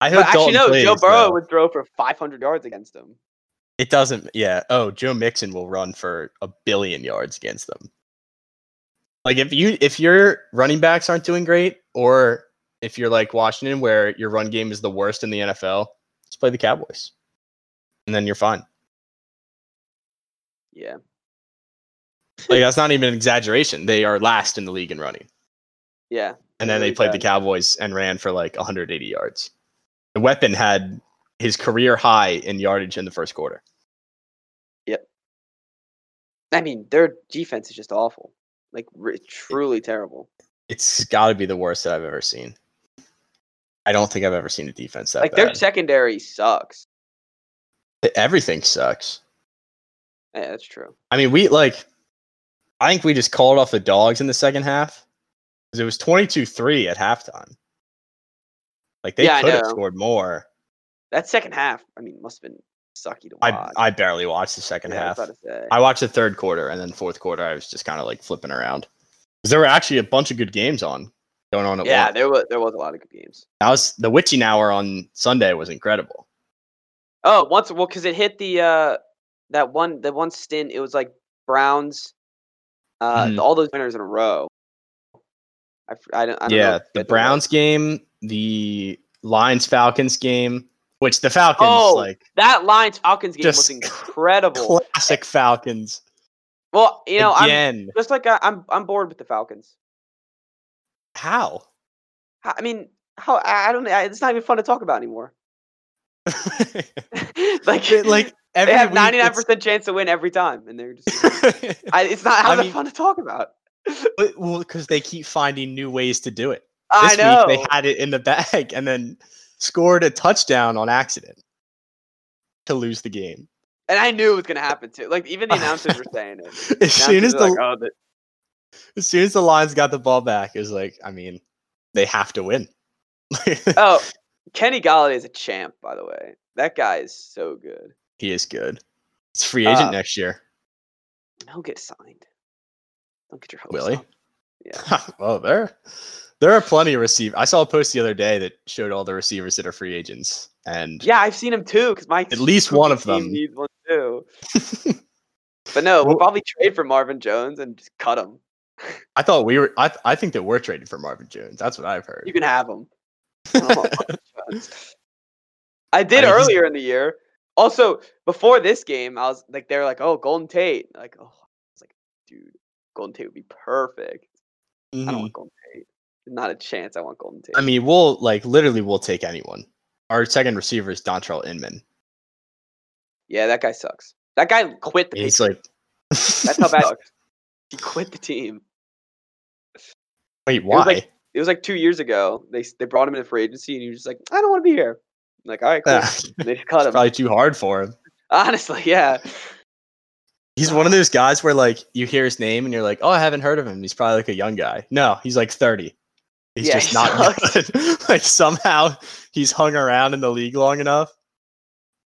B: I hope
A: But actually,
B: Dalton
A: no.
B: plays,
A: Joe Burrow
B: though.
A: would throw for 500 yards against them.
B: It doesn't. Yeah. Oh, Joe Mixon will run for a billion yards against them. Like if you if your running backs aren't doing great, or if you're like Washington, where your run game is the worst in the NFL, just play the Cowboys, and then you're fine.
A: Yeah.
B: Like that's not even an exaggeration. They are last in the league in running,
A: Yeah.
B: and then they
A: Really
B: played the
A: bad.
B: Cowboys and ran for like 180 yards. The weapon had his career high in yardage in the first quarter.
A: I mean, their defense is just awful. Like r- truly terrible.
B: it's got to be the worst that I've ever seen. I don't think I've ever seen a defense that
A: Like their
B: bad.
A: secondary sucks.
B: Everything sucks.
A: Yeah, that's true.
B: I mean, we like. I think we just called off the dogs in the second half because it was 22-3 at halftime. Like they
A: Yeah, I
B: could have
A: know.
B: scored more.
A: That second half, I mean, must have been sucky to watch.
B: I I barely watched the second
A: Yeah, I was
B: half.
A: about to say.
B: I watched the third quarter and then fourth quarter. I was just kind of like flipping around 'Cause there were actually a bunch of good games on going on at
A: yeah,
B: once.
A: there was there was a lot of good games.
B: I was the witching hour on Sunday was incredible.
A: Oh, once well, because it hit the uh that one the one stint. It was like Browns, uh,
B: Mhm.
A: all those winners in a row. I, f- I don't. I don't know
B: yeah,
A: if
B: the
A: it was-
B: Browns game, the Lions Falcons game, which the Falcons
A: Oh,
B: like
A: That Lions Falcons game was
B: Just
A: incredible.
B: classic Falcons
A: well, eh, you know, I'm
B: again.
A: just like I, I'm I'm bored with the Falcons.
B: How?
A: How- I mean, how I I don't. I, it's not even fun to talk about anymore. like
B: They- like every
A: they have
B: week
A: ninety nine
B: it's-
A: percent chance to win every time, and they're just. I, it's not
B: I
A: how
B: mean-
A: fun to talk about.
B: But- well, because they keep finding new ways to do it.
A: I
B: This
A: know.
B: week they had it in the bag and then scored a touchdown on accident to lose the game.
A: And I knew it was gonna happen too. Like even the announcers were saying it. The
B: As soon
A: announcers
B: as
A: were
B: the
A: like, oh, the-
B: as soon as the Lions got the ball back, it was like, I mean, they have to win.
A: oh, Kenny Galladay is a champ, by the way. That guy is so good.
B: He is good. It's free agent
A: Uh,
B: next year.
A: He'll get signed. Don't get your hopes
B: Willie.
A: up.
B: well, there, there are plenty of receivers. I saw a post the other day that showed all the receivers that are free agents, and
A: Yeah, I've seen him too. Because my
B: At least
A: stupid
B: one of
A: team
B: them.
A: needs one too. but no, we'll
B: Well-
A: probably trade for Marvin Jones and just cut him.
B: I thought we were. I, th- I think that we're traded for Marvin Jones. That's what I've heard.
A: You can have him. I don't want Marvin Jones. I did
B: mean, he's-
A: earlier in the year. Also, before this game, I was like, they were like, "Oh, Golden Tate." Like, oh, I was like, dude, Golden Tate would be perfect. I don't
B: Mhm.
A: want Golden Tate. Not a chance. I want Golden Tate.
B: I mean, we'll like literally we'll take anyone. Our second receiver is Dontrell Inman.
A: yeah, that guy sucks. That guy quit the.
B: He's
A: Patriots.
B: like,
A: That's how bad. He quit the team.
B: Wait,
A: was
B: why?
A: like- It was like two years ago. They s- they brought him in for agency, and he was just like, "I don't want to be here." I'm like, all right, cool.
B: Ah,
A: And they just
B: it's
A: cut him.
B: probably too hard for him.
A: Honestly, yeah.
B: He's one of those guys where like you hear his name and you're like, oh, I haven't heard of him. He's probably like a young guy. No, he's like 30. He's
A: Yeah,
B: just
A: he
B: not good. like somehow he's hung around in the league long enough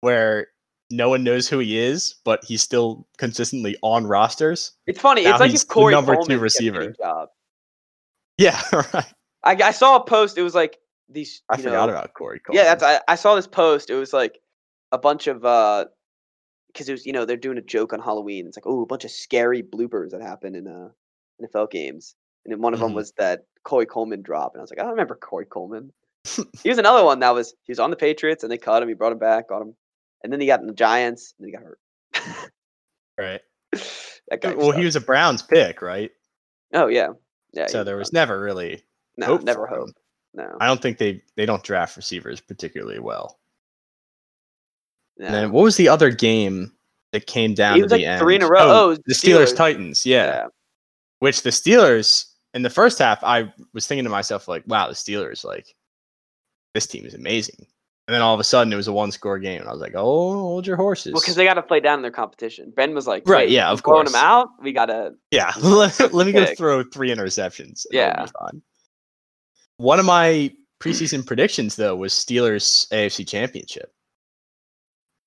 B: where no one knows who he is, but he's still consistently on rosters.
A: It's funny.
B: Now
A: It's like
B: he's
A: if
B: the
A: Corey
B: number two
A: Coleman kept
B: receiver.
A: getting jobs.
B: Yeah, right.
A: I, I saw a post. It was like these.
B: I
A: you
B: forgot
A: know-
B: about Corey. Coleman.
A: Yeah, that's. I, I saw this post. It was like a bunch of uh, because it was you know they're doing a joke on Halloween. It's like oh a bunch of scary bloopers that happen in uh NFL games, and then one of them
B: Mhm.
A: was that Corey Coleman drop, and I was like I remember Corey Coleman. he was another one that was he was on the Patriots and they cut him. He brought him back, got him, and then he got in the Giants and then he got hurt.
B: right.
A: that guy.
B: Well, he was a Browns pick, right?
A: Oh yeah, yeah.
B: So
A: he-
B: there was never really
A: no
B: hope.
A: never
B: for him.
A: hope. No,
B: I don't think they they don't draft receivers particularly well. And
A: no.
B: then what was the other game that came down
A: It
B: to
A: was
B: the
A: like
B: end?
A: three in a row. Oh, it was
B: the Steelers,
A: Steelers.
B: Titans, yeah. Which the Steelers in the first half, I was thinking to myself like, "Wow, the Steelers like this team is amazing." And then all of a sudden, it was a one-score game, and I was like, "Oh, hold your horses!"
A: Well, because they got to play down in their competition. Ben was like,
B: Right,
A: "Wait,
B: yeah,
A: we're
B: of
A: blowing
B: course.
A: them out. We gotta.
B: yeah, let, let me go
A: Pick.
B: throw three interceptions. and
A: Yeah.
B: it'll be fine. One of my preseason predictions though was Steelers AFC Championship.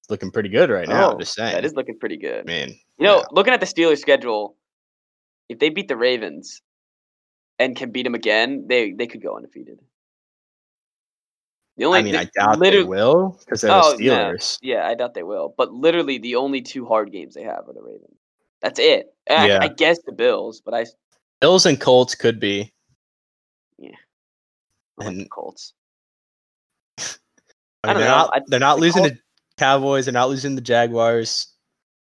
B: It's looking pretty good right
A: Oh,
B: now. I'm just saying.
A: That is looking pretty good.
B: Man,
A: You know,
B: yeah.
A: looking at the Steelers schedule, if they beat the Ravens and can beat them again, they they could go undefeated. The only
B: I mean,
A: the-
B: I doubt
A: literally-
B: they will because they're
A: Oh, no.
B: the Steelers.
A: yeah, I doubt they will. But literally, the only two hard games they have are the Ravens. That's it. I,
B: Yeah.
A: I guess the Bills, but I s-
B: Bills and Colts could be.
A: I like the
B: And-
A: Colts.
B: I
A: I
B: mean,
A: don't
B: they're
A: know.
B: not
A: I-
B: they're not
A: the
B: losing
A: Col-
B: to Cowboys. They're not losing the Jaguars.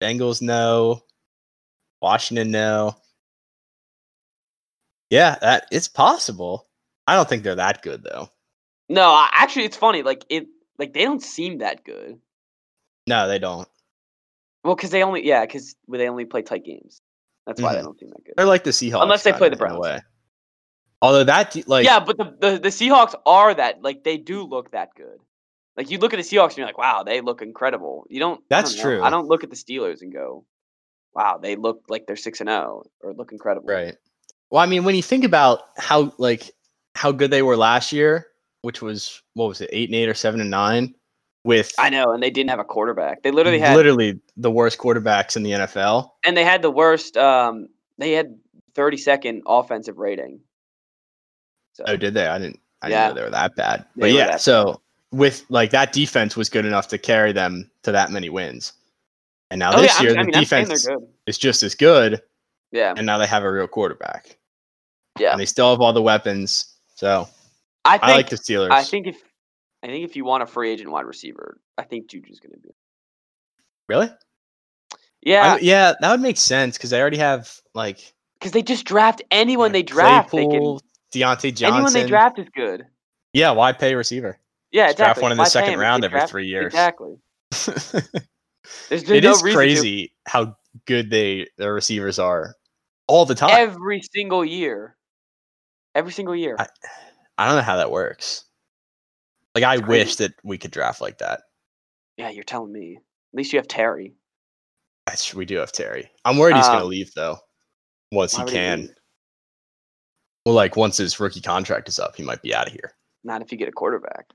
B: Bengals, no. Washington, no. Yeah, that it's possible. I don't think they're that good though.
A: No, I, actually, it's funny. Like it, like they don't seem that good.
B: No, they don't.
A: Well, because they only yeah, because they only play tight games. That's why they
B: Mhm.
A: don't seem that good.
B: They're like the Seahawks.
A: Unless they
B: kind
A: play the
B: of, in a
A: Browns.
B: way. Although that de- like
A: yeah, but the, the the Seahawks are that like they do look that good. Like you look at the Seahawks and you're like, wow, they look incredible. You don't. I
B: That's
A: don't know, I
B: true.
A: don't look at the Steelers and go, wow, they look like they're six and zero or look incredible.
B: Right. Well, I mean, when you think about how like how good they were last year, which was what was it, eight and eight or seven and nine, with
A: I know, and they didn't have a quarterback. They literally had,
B: literally the worst quarterbacks in the NFL.
A: and they had the worst. Um, they had 32nd offensive rating. So
B: Oh, did they? I didn't. I
A: Yeah.
B: didn't know they were that bad.
A: They
B: but
A: were
B: yeah,
A: that
B: so with like that defense was good enough to carry them to that many wins, and now
A: Oh, yeah,
B: this
A: I'm-
B: year
A: I
B: the
A: mean, I'm saying
B: defense
A: they're good.
B: is just as good,
A: Yeah,
B: and now they have a real quarterback.
A: Yeah.
B: and they still have all the weapons. So
A: I think
B: I like the Steelers.
A: I think if I think if you want a free agent wide receiver, I think Juju's going to be.
B: really,
A: Yeah,
B: I- yeah, that would make sense because they already have like
A: because they just draft anyone
B: you know,
A: they draft.
B: Claypool,
A: they
B: Deontay
A: can, anyone
B: Johnson.
A: they draft is good.
B: yeah, why pay a receiver?
A: Yeah,
B: Just
A: exactly.
B: draft one in the
A: Why pay
B: second
A: him if they
B: round every
A: draft-
B: three years.
A: Exactly. There's, there's
B: It
A: no
B: is
A: reason to
B: crazy how good they their receivers are all the time.
A: every single year. Every single year.
B: I- I don't know how that works. Like I
A: It's crazy.
B: wish that we could draft like that.
A: yeah, you're telling me. At least you have Terry.
B: That's, we do have Terry. I'm worried he's gonna
A: Um,
B: leave though. Once he
A: why would he
B: can.
A: leave?
B: well, like once his rookie contract is up, he might be out of here.
A: Not if you get a quarterback.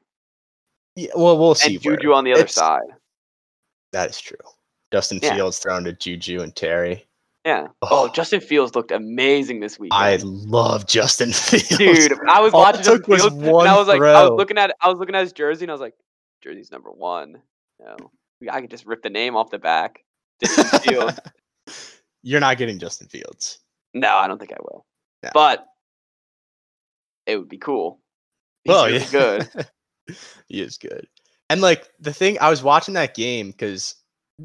B: Yeah, well, we'll see.
A: and Juju
B: where-
A: on the other
B: it's-
A: side.
B: That is true. Justin
A: Yeah.
B: Fields thrown to Juju and Terry.
A: Yeah.
B: Oh,
A: Oh, Justin Fields looked amazing this week.
B: I love Justin Fields.
A: dude, I was
B: All it
A: watching Justin
B: took was
A: Fields,
B: one
A: and I was like, I
B: throw.
A: was looking at, I was looking at his jersey, and I was like, jersey's number one. No, I could just rip the name off the back. Justin Fields.
B: You're not getting Justin Fields.
A: no, I don't think I will.
B: No.
A: But it would be cool. He's
B: Well,
A: really
B: yeah.
A: good.
B: he is good. And like the thing, I was watching that game because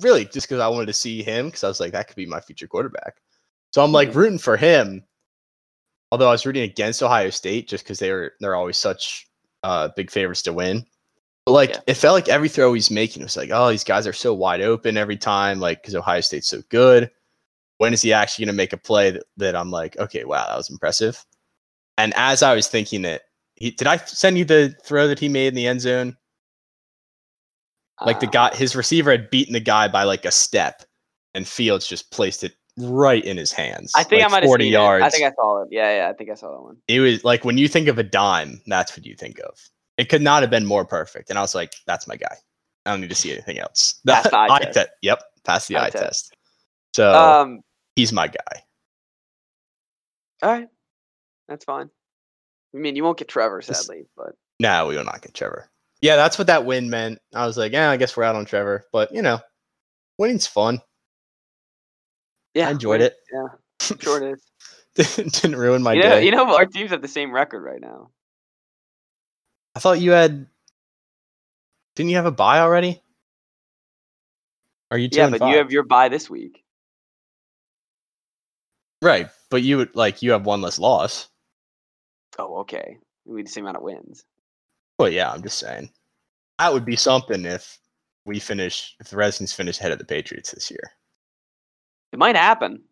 B: really just because I wanted to see him because I was like, that could be my future quarterback. So I'm like
A: Mhm.
B: rooting for him. Although I was rooting against Ohio State just because they were they're always such uh, big favorites to win. But like
A: Yeah.
B: it felt like every throw he's making was like, oh, these guys are so wide open every time, like because Ohio State's so good. When is he actually gonna make a play that, that I'm like, okay, wow, that was impressive. And as I was thinking it, he, did I send you the throw that he made in the end zone? Like the
A: Uh,
B: guy, his receiver had beaten the guy by like a step, and Fields just placed it right in his hands.
A: I think
B: like
A: I might have
B: forty
A: seen it.
B: yards.
A: I think I saw it. Yeah, yeah, I think I saw that one.
B: it was like when you think of a dime, that's what you think of. It could not have been more perfect. And I was like, that's my guy. I don't need to see anything else.
A: Pass the eye test.
B: te- Yep, pass the
A: Eye
B: eye
A: test.
B: test. So
A: Um,
B: he's my guy.
A: all right, that's fine. I mean, you won't get Trevor,
B: Just-
A: sadly, but
B: No, we will not get Trevor. Yeah, that's what that win meant. I was like, yeah, I guess we're out on Trevor, but you know, winning's fun.
A: yeah,
B: I enjoyed
A: we're-
B: it.
A: Yeah, sure it is.
B: Didn't ruin my
A: you
B: day.
A: know, you know, our teams have the same record right now.
B: I thought you had. Didn't you have a buy already? Are you two
A: Yeah,
B: and
A: but
B: five?
A: you have your bye this week.
B: right, but you would like you have one less loss.
A: Oh, okay. We need the same amount of wins.
B: Well, yeah, I'm just saying that would be something if we finish if the Redskins finish ahead of the Patriots this year.
A: It might happen.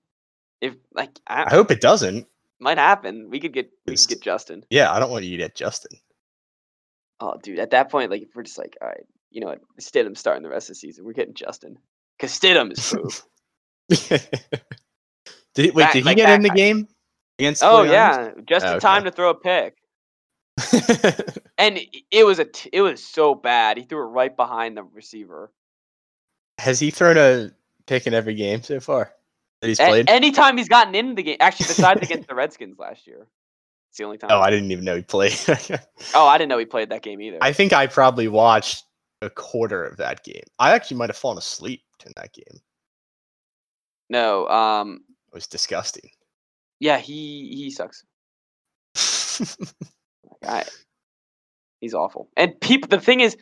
A: If like, I,
B: I hope it doesn't.
A: might happen. We could get we
B: It's-
A: could get Justin.
B: Yeah, I don't want you to get Justin.
A: Oh, dude, at that point, like, if we're just like, all right, you know what, Stidham's starting the rest of the season. We're getting Justin because Stidham is poop.
B: did, he- wait,
A: That-
B: did he
A: like
B: get
A: that
B: in the
A: guy.
B: game against? the
A: oh
B: 49ers?
A: yeah, just in
B: Okay.
A: time to throw a pick. And i- it was a t- it was so bad. He threw it right behind the receiver.
B: Has he thrown a pick in every game so far? that he's
A: A-
B: played?
A: anytime he's gotten into the game, actually, besides against the Redskins last year, it's the only time.
B: oh, I didn't even know he played.
A: oh, I didn't know he played that game either.
B: I think I probably watched a quarter of that game. I actually might have fallen asleep in that game. It
A: no, um,
B: was disgusting.
A: yeah, he he sucks. I, he's awful. And people, the thing is,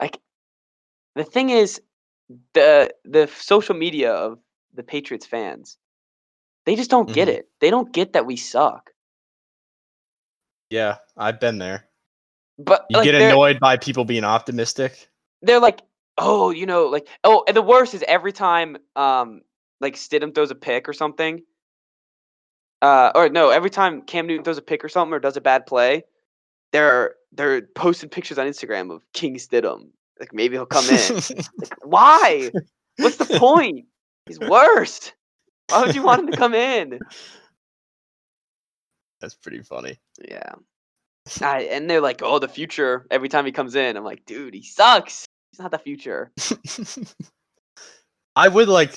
A: like, the thing is, the the social media of the Patriots fans, they just don't get
B: Mhm.
A: it. They don't get that we suck.
B: yeah, I've been there.
A: But
B: You
A: like,
B: get
A: they're-
B: annoyed by people being optimistic.
A: they're like, oh, you know, like, oh, and the worst is every time, um, like Stidham throws a pick or something, uh, or no, every time Cam Newton throws a pick or something or does a bad play, they're they're posting pictures on Instagram of King Stidham, like maybe he'll come in. like, why? What's the point? He's worst. Why would you want him to come in?
B: That's pretty funny.
A: Yeah. I, and they're like, oh, the future. Every time he comes in, I'm like, dude, he sucks. He's not the future.
B: I would like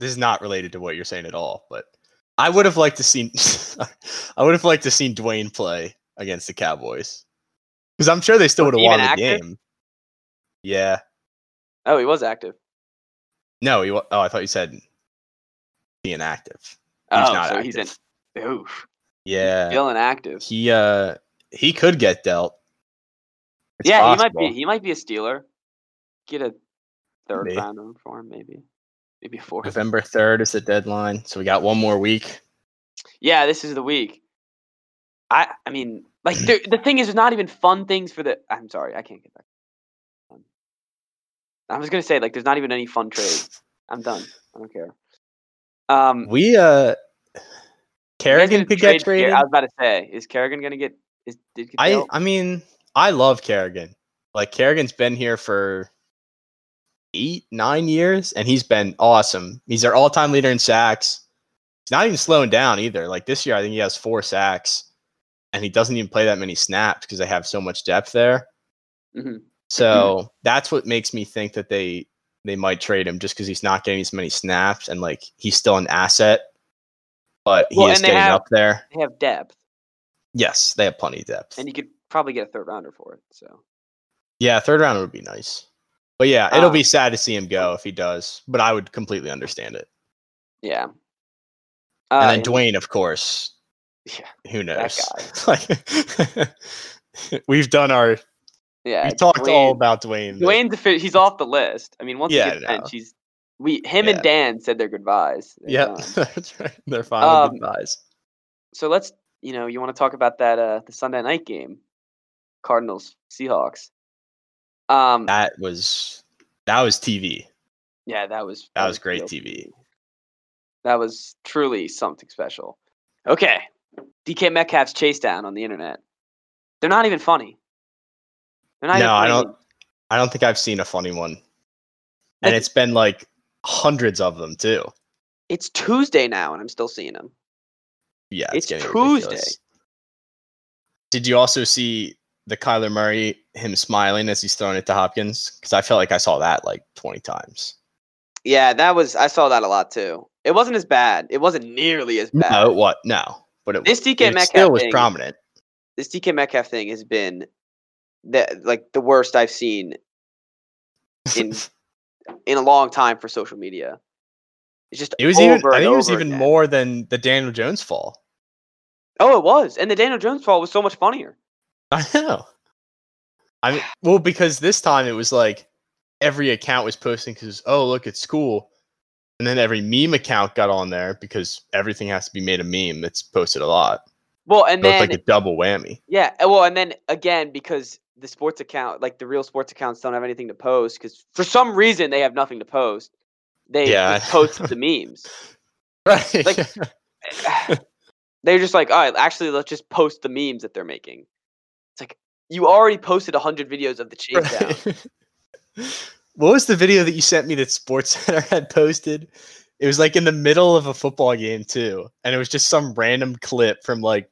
B: this is not related to what you're saying at all, but I would have liked to seen I would have liked to seen Dwayne play against the Cowboys. Because I'm sure they still
A: Was
B: would have
A: he even
B: won the
A: active?
B: game. Yeah.
A: Oh, he was active.
B: No, he wa- oh I thought you said being active. He's
A: oh,
B: not
A: so
B: active.
A: he's in. Oof.
B: yeah.
A: still inactive.
B: He uh he could get dealt. It's
A: yeah, he might
B: possible.
A: be. He might be a Steeler. Get a third
B: Maybe.
A: rounder for him, maybe, maybe a fourth.
B: November third is the deadline, so we got one more week.
A: Yeah, this is the week. I I mean, like there, the thing is, there's not even fun things for the. I'm sorry, I can't get back. Um, I was gonna say like there's not even any fun trades. I'm done. I don't care. Um, you
B: We uh
A: guys
B: Kerrigan
A: gonna
B: could
A: trade Ker-
B: get traded.
A: I was about to say, is Kerrigan gonna get? Is did get
B: I
A: dealt?
B: I mean, I love Kerrigan. Like Kerrigan's been here for eight, nine years, and he's been awesome. He's their all-time leader in sacks. He's not even slowing down either. Like this year, I think he has four sacks, and he doesn't even play that many snaps because they have so much depth there.
A: Mhm.
B: So that's what makes me think that they they might trade him just because he's not getting as many snaps and like he's still an asset, but he
A: Well,
B: is
A: and they
B: getting
A: have-
B: up there.
A: They have depth,
B: Yes, they have plenty of depth.
A: and you could probably get a third rounder for it. So.
B: Yeah, third round would be nice. But yeah, it'll
A: Uh,
B: be sad to see him go if he does. But I would completely understand it.
A: Yeah.
B: And
A: Uh,
B: then Dwayne, of course.
A: Yeah,
B: Who knows? Like, we've done our.
A: yeah,
B: we talked all
A: Dwayne-
B: about Dwayne. but
A: Dwayne's a fi- he's off the list. I mean, once
B: Yeah,
A: he gets
B: I
A: benched, he's we him
B: Yeah.
A: and Dan said their goodbyes. They're
B: Yep,
A: done.
B: that's right. They're final
A: Um,
B: goodbyes.
A: So let's you know you want to talk about that uh the Sunday night game, Cardinals Seahawks. Um.
B: That was that was TV.
A: yeah, that was
B: That was great
A: real
B: TV.
A: That was truly something special. Okay, DK Metcalf's chase down on the internet. They're not even funny. They're not even
B: No, I
A: funny.
B: don't- I don't think I've seen a funny one, and
A: Like-
B: it's been like hundreds of them too.
A: It's Tuesday now, and I'm still seeing them.
B: Yeah,
A: It's
B: getting
A: Tuesday.
B: ridiculous. Did you also see the Kyler Murray him smiling as he's throwing it to Hopkins? Because I felt like I saw that like twenty times.
A: Yeah, that was I saw that a lot too. It wasn't as bad. It wasn't nearly as bad.
B: No, what? No, but it,
A: This DK
B: it
A: Metcalf
B: still was
A: thing,
B: prominent.
A: this DK Metcalf thing has been that like the worst I've seen in in a long time for social media. It's just
B: It was
A: over
B: even.
A: and
B: I think it was
A: over
B: even
A: again.
B: more than the Daniel Jones fall.
A: Oh, it was, and the Daniel Jones fall was so much funnier.
B: I know. I mean, well, because this time it was like every account was posting because oh look it's cool, and then every meme account got on there because everything has to be made a meme. It's posted a lot.
A: Well, and
B: So
A: then
B: it's like a double whammy.
A: Yeah, uh, well, and then again because the sports account, like the real sports accounts, don't have anything to post because for some reason they have nothing to post. They
B: Yeah.
A: just post the memes.
B: Right.
A: Like- They're just like, all right, actually, let's just post the memes that they're making. It's like you already posted hundred videos of the chase down.
B: what was the video that you sent me that Sports Center had posted? It was like in the middle of a football game too, and it was just some random clip from like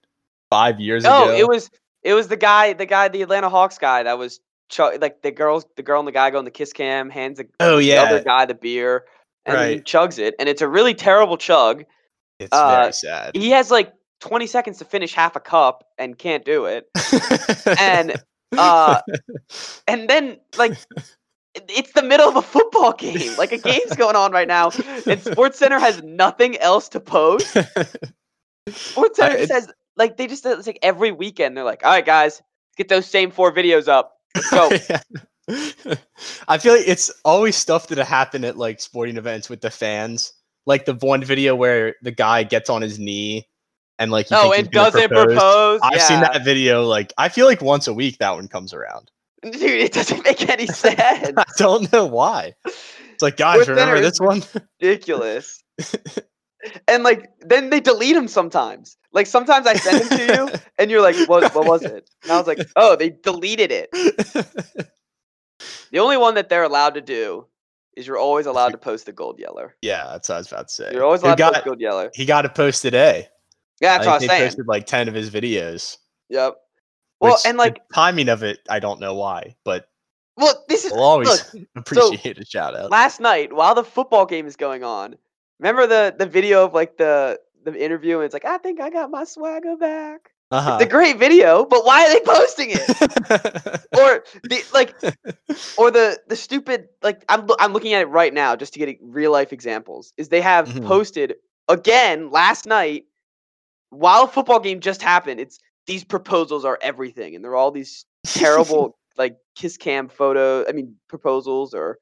B: five years
A: No,
B: ago.
A: Oh, it was it was the guy, the guy, the Atlanta Hawks guy that was ch- like the girls, the girl and the guy going the kiss cam, hands the,
B: oh
A: the
B: yeah,
A: other guy the beer. and he
B: Right.
A: chugs it, and it's a really terrible chug.
B: It's
A: Uh,
B: very sad.
A: He has like 20 seconds to finish half a cup and can't do it. And uh, and then like it- it's the middle of a football game. Like a game's going on right now, and Sports Center has nothing else to post. Sports
B: I-
A: Center
B: it-
A: says like they just it's like every weekend they're like, all right, guys, get those same four videos up. Let's go.
B: I feel like it's always stuff that happen at like sporting events with the fans. Like the one video where the guy gets on his knee and like you
A: oh,
B: think he's
A: and
B: gonna
A: doesn't propose.
B: I've
A: yeah.
B: seen that video like I feel like once a week that one comes around.
A: dude. It doesn't make any sense.
B: I don't know why. It's like guys,
A: Fourth
B: remember
A: dinner is-
B: this one?
A: ridiculous. and like then they delete them sometimes. Like sometimes I send them to you and you're like, what, what was it? And I was like, oh, they deleted it. The only one that they're allowed to do is you're always allowed to post the gold yeller.
B: yeah, that's what I was about to say.
A: You're always
B: Who
A: allowed
B: got-
A: to post gold yeller.
B: he got a post today.
A: Yeah, that's
B: I
A: what
B: think
A: I was
B: they
A: saying.
B: posted like ten of his videos.
A: Yep. Well,
B: which
A: and
B: the
A: like,
B: timing of it, I don't know why, but
A: well, this is
B: we'll always
A: look,
B: appreciate a shout out.
A: last night while the football game is going on. Remember the the video of like the the interview and it's like, I think I got my swagger back.
B: Uh-huh.
A: It's a great video, but why are they posting it? or the like or the the stupid like I'm loo- I'm looking at it right now just to get e- real life examples is they have
B: Mhm.
A: posted again last night while a football game just happened it's these proposals are everything and they're all these terrible like kiss cam photo I mean proposals or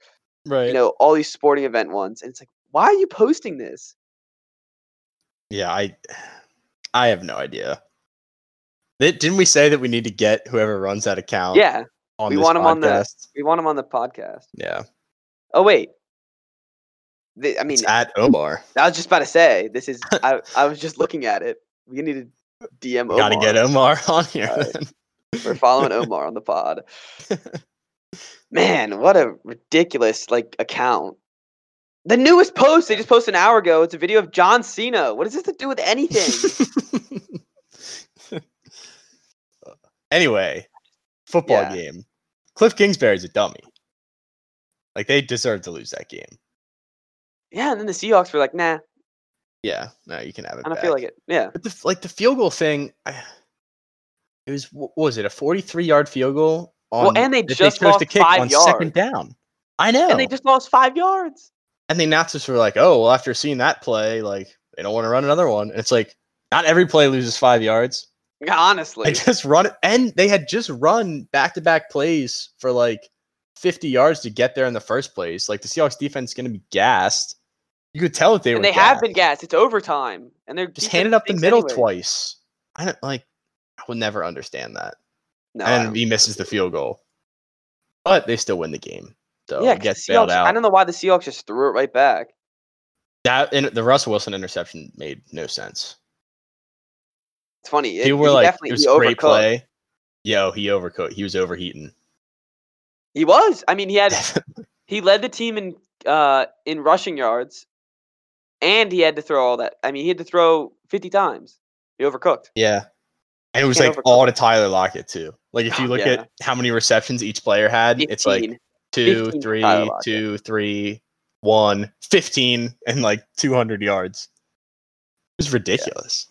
B: right.
A: you know all these sporting event ones and it's like why are you posting this
B: yeah, I I have no idea. Th- Didn't we say that we need to get whoever runs that account?
A: yeah
B: on
A: we
B: this
A: want 'em
B: podcast?
A: on the- we want them on the podcast
B: yeah.
A: oh wait The- I mean
B: It's at Omar.
A: I was just about to say this is. I, I was just looking at it. We need to DM Omar. Uh,
B: Got to get Omar on here.
A: All right.
B: then.
A: We're following Omar on the pod. Man, what a ridiculous like account. The newest post they just posted an hour ago. It's a video of John Cena. What does this have to do with anything?
B: anyway, football
A: Yeah.
B: game. Cliff Kingsbury's a dummy. Like they deserve to lose that game.
A: yeah, and then the Seahawks were like, "Nah,
B: Yeah, no, you can have it.
A: I don't feel
B: back.
A: like it." Yeah,
B: But the f- like the field goal thing, I, it was wh- what was it a forty-three yard field goal? On,
A: Well, and they
B: that
A: just
B: chose
A: lost five
B: on second down. I know.
A: and they just lost five yards.
B: and the announcers were like, "Oh, well, after seeing that play, like they don't want to run another one." And it's like, not every play loses five yards.
A: Yeah, Honestly,
B: They just run it, and they had just run back-to-back plays for like fifty yards to get there in the first place. Like the Seahawks defense is going to be gassed. You could tell that they were.
A: and they
B: gassed.
A: have been gassed. It's overtime, and they're
B: just
A: defense
B: handed up the
A: stinks
B: middle
A: anyway.
B: twice. I don't like. I will never understand that.
A: No, I don't-
B: and he misses the field goal, but they still win the game. So
A: yeah,
B: he
A: 'cause
B: gets
A: the
B: bailed
A: Seahawks- I
B: out.
A: don't know why the Seahawks just threw it right back.
B: That and the Russell Wilson interception made no sense.
A: It's funny. It,
B: People were
A: he
B: like,
A: definitely
B: "It was
A: he
B: great
A: overcooked.
B: play." Yo, he overcooked. He was overheating.
A: He was. I mean, he had he led the team in uh in rushing yards, and he had to throw all that. I mean, he had to throw fifty times. He overcooked.
B: yeah, and it was
A: can't
B: like all to Tyler Lockett too. Like if you look
A: Yeah.
B: at how many receptions each player had, it's like
A: 15.
B: two,
A: 15 to
B: three,
A: Tyler Lockett.
B: two, three, one, 15, and like two hundred yards. It was ridiculous.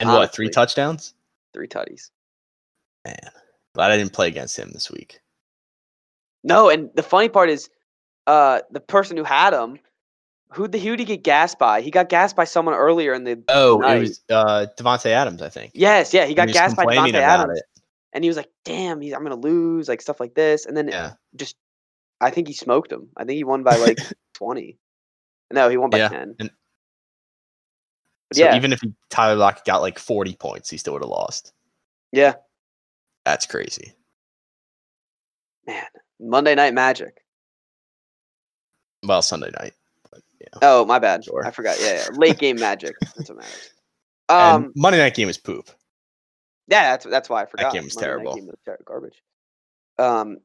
B: And what? Three
A: Honestly.
B: touchdowns.
A: three tutties.
B: Glad I didn't play against him this week.
A: No, and the funny part is, uh, the person who had him, who the who did he get gassed by? He got gassed by someone earlier in the.
B: Oh,
A: Nice.
B: it was uh, Devonte Adams, I think.
A: Yes, yeah, he got
B: was
A: gassed by
B: complaining
A: Devontae
B: about
A: Adams,
B: it.
A: and he was like, "Damn, he's, I'm gonna lose," like stuff like this, and then
B: Yeah.
A: just, I think he smoked him. I think he won by like twenty. No, he won by
B: Yeah,
A: ten.
B: and-
A: But
B: So
A: yeah,
B: even if he, Tyler Lockett got like 40 points, he still would have lost.
A: yeah.
B: That's crazy.
A: Monday Night Magic.
B: Well, Sunday night.
A: Oh, my bad.
B: Sure.
A: I forgot. Yeah, yeah. late game Magic. That's what matters.
B: And
A: Um,
B: Monday night game was poop.
A: yeah, that's that's why I forgot.
B: game was
A: Monday night
B: terrible.
A: game was ter- garbage. Um,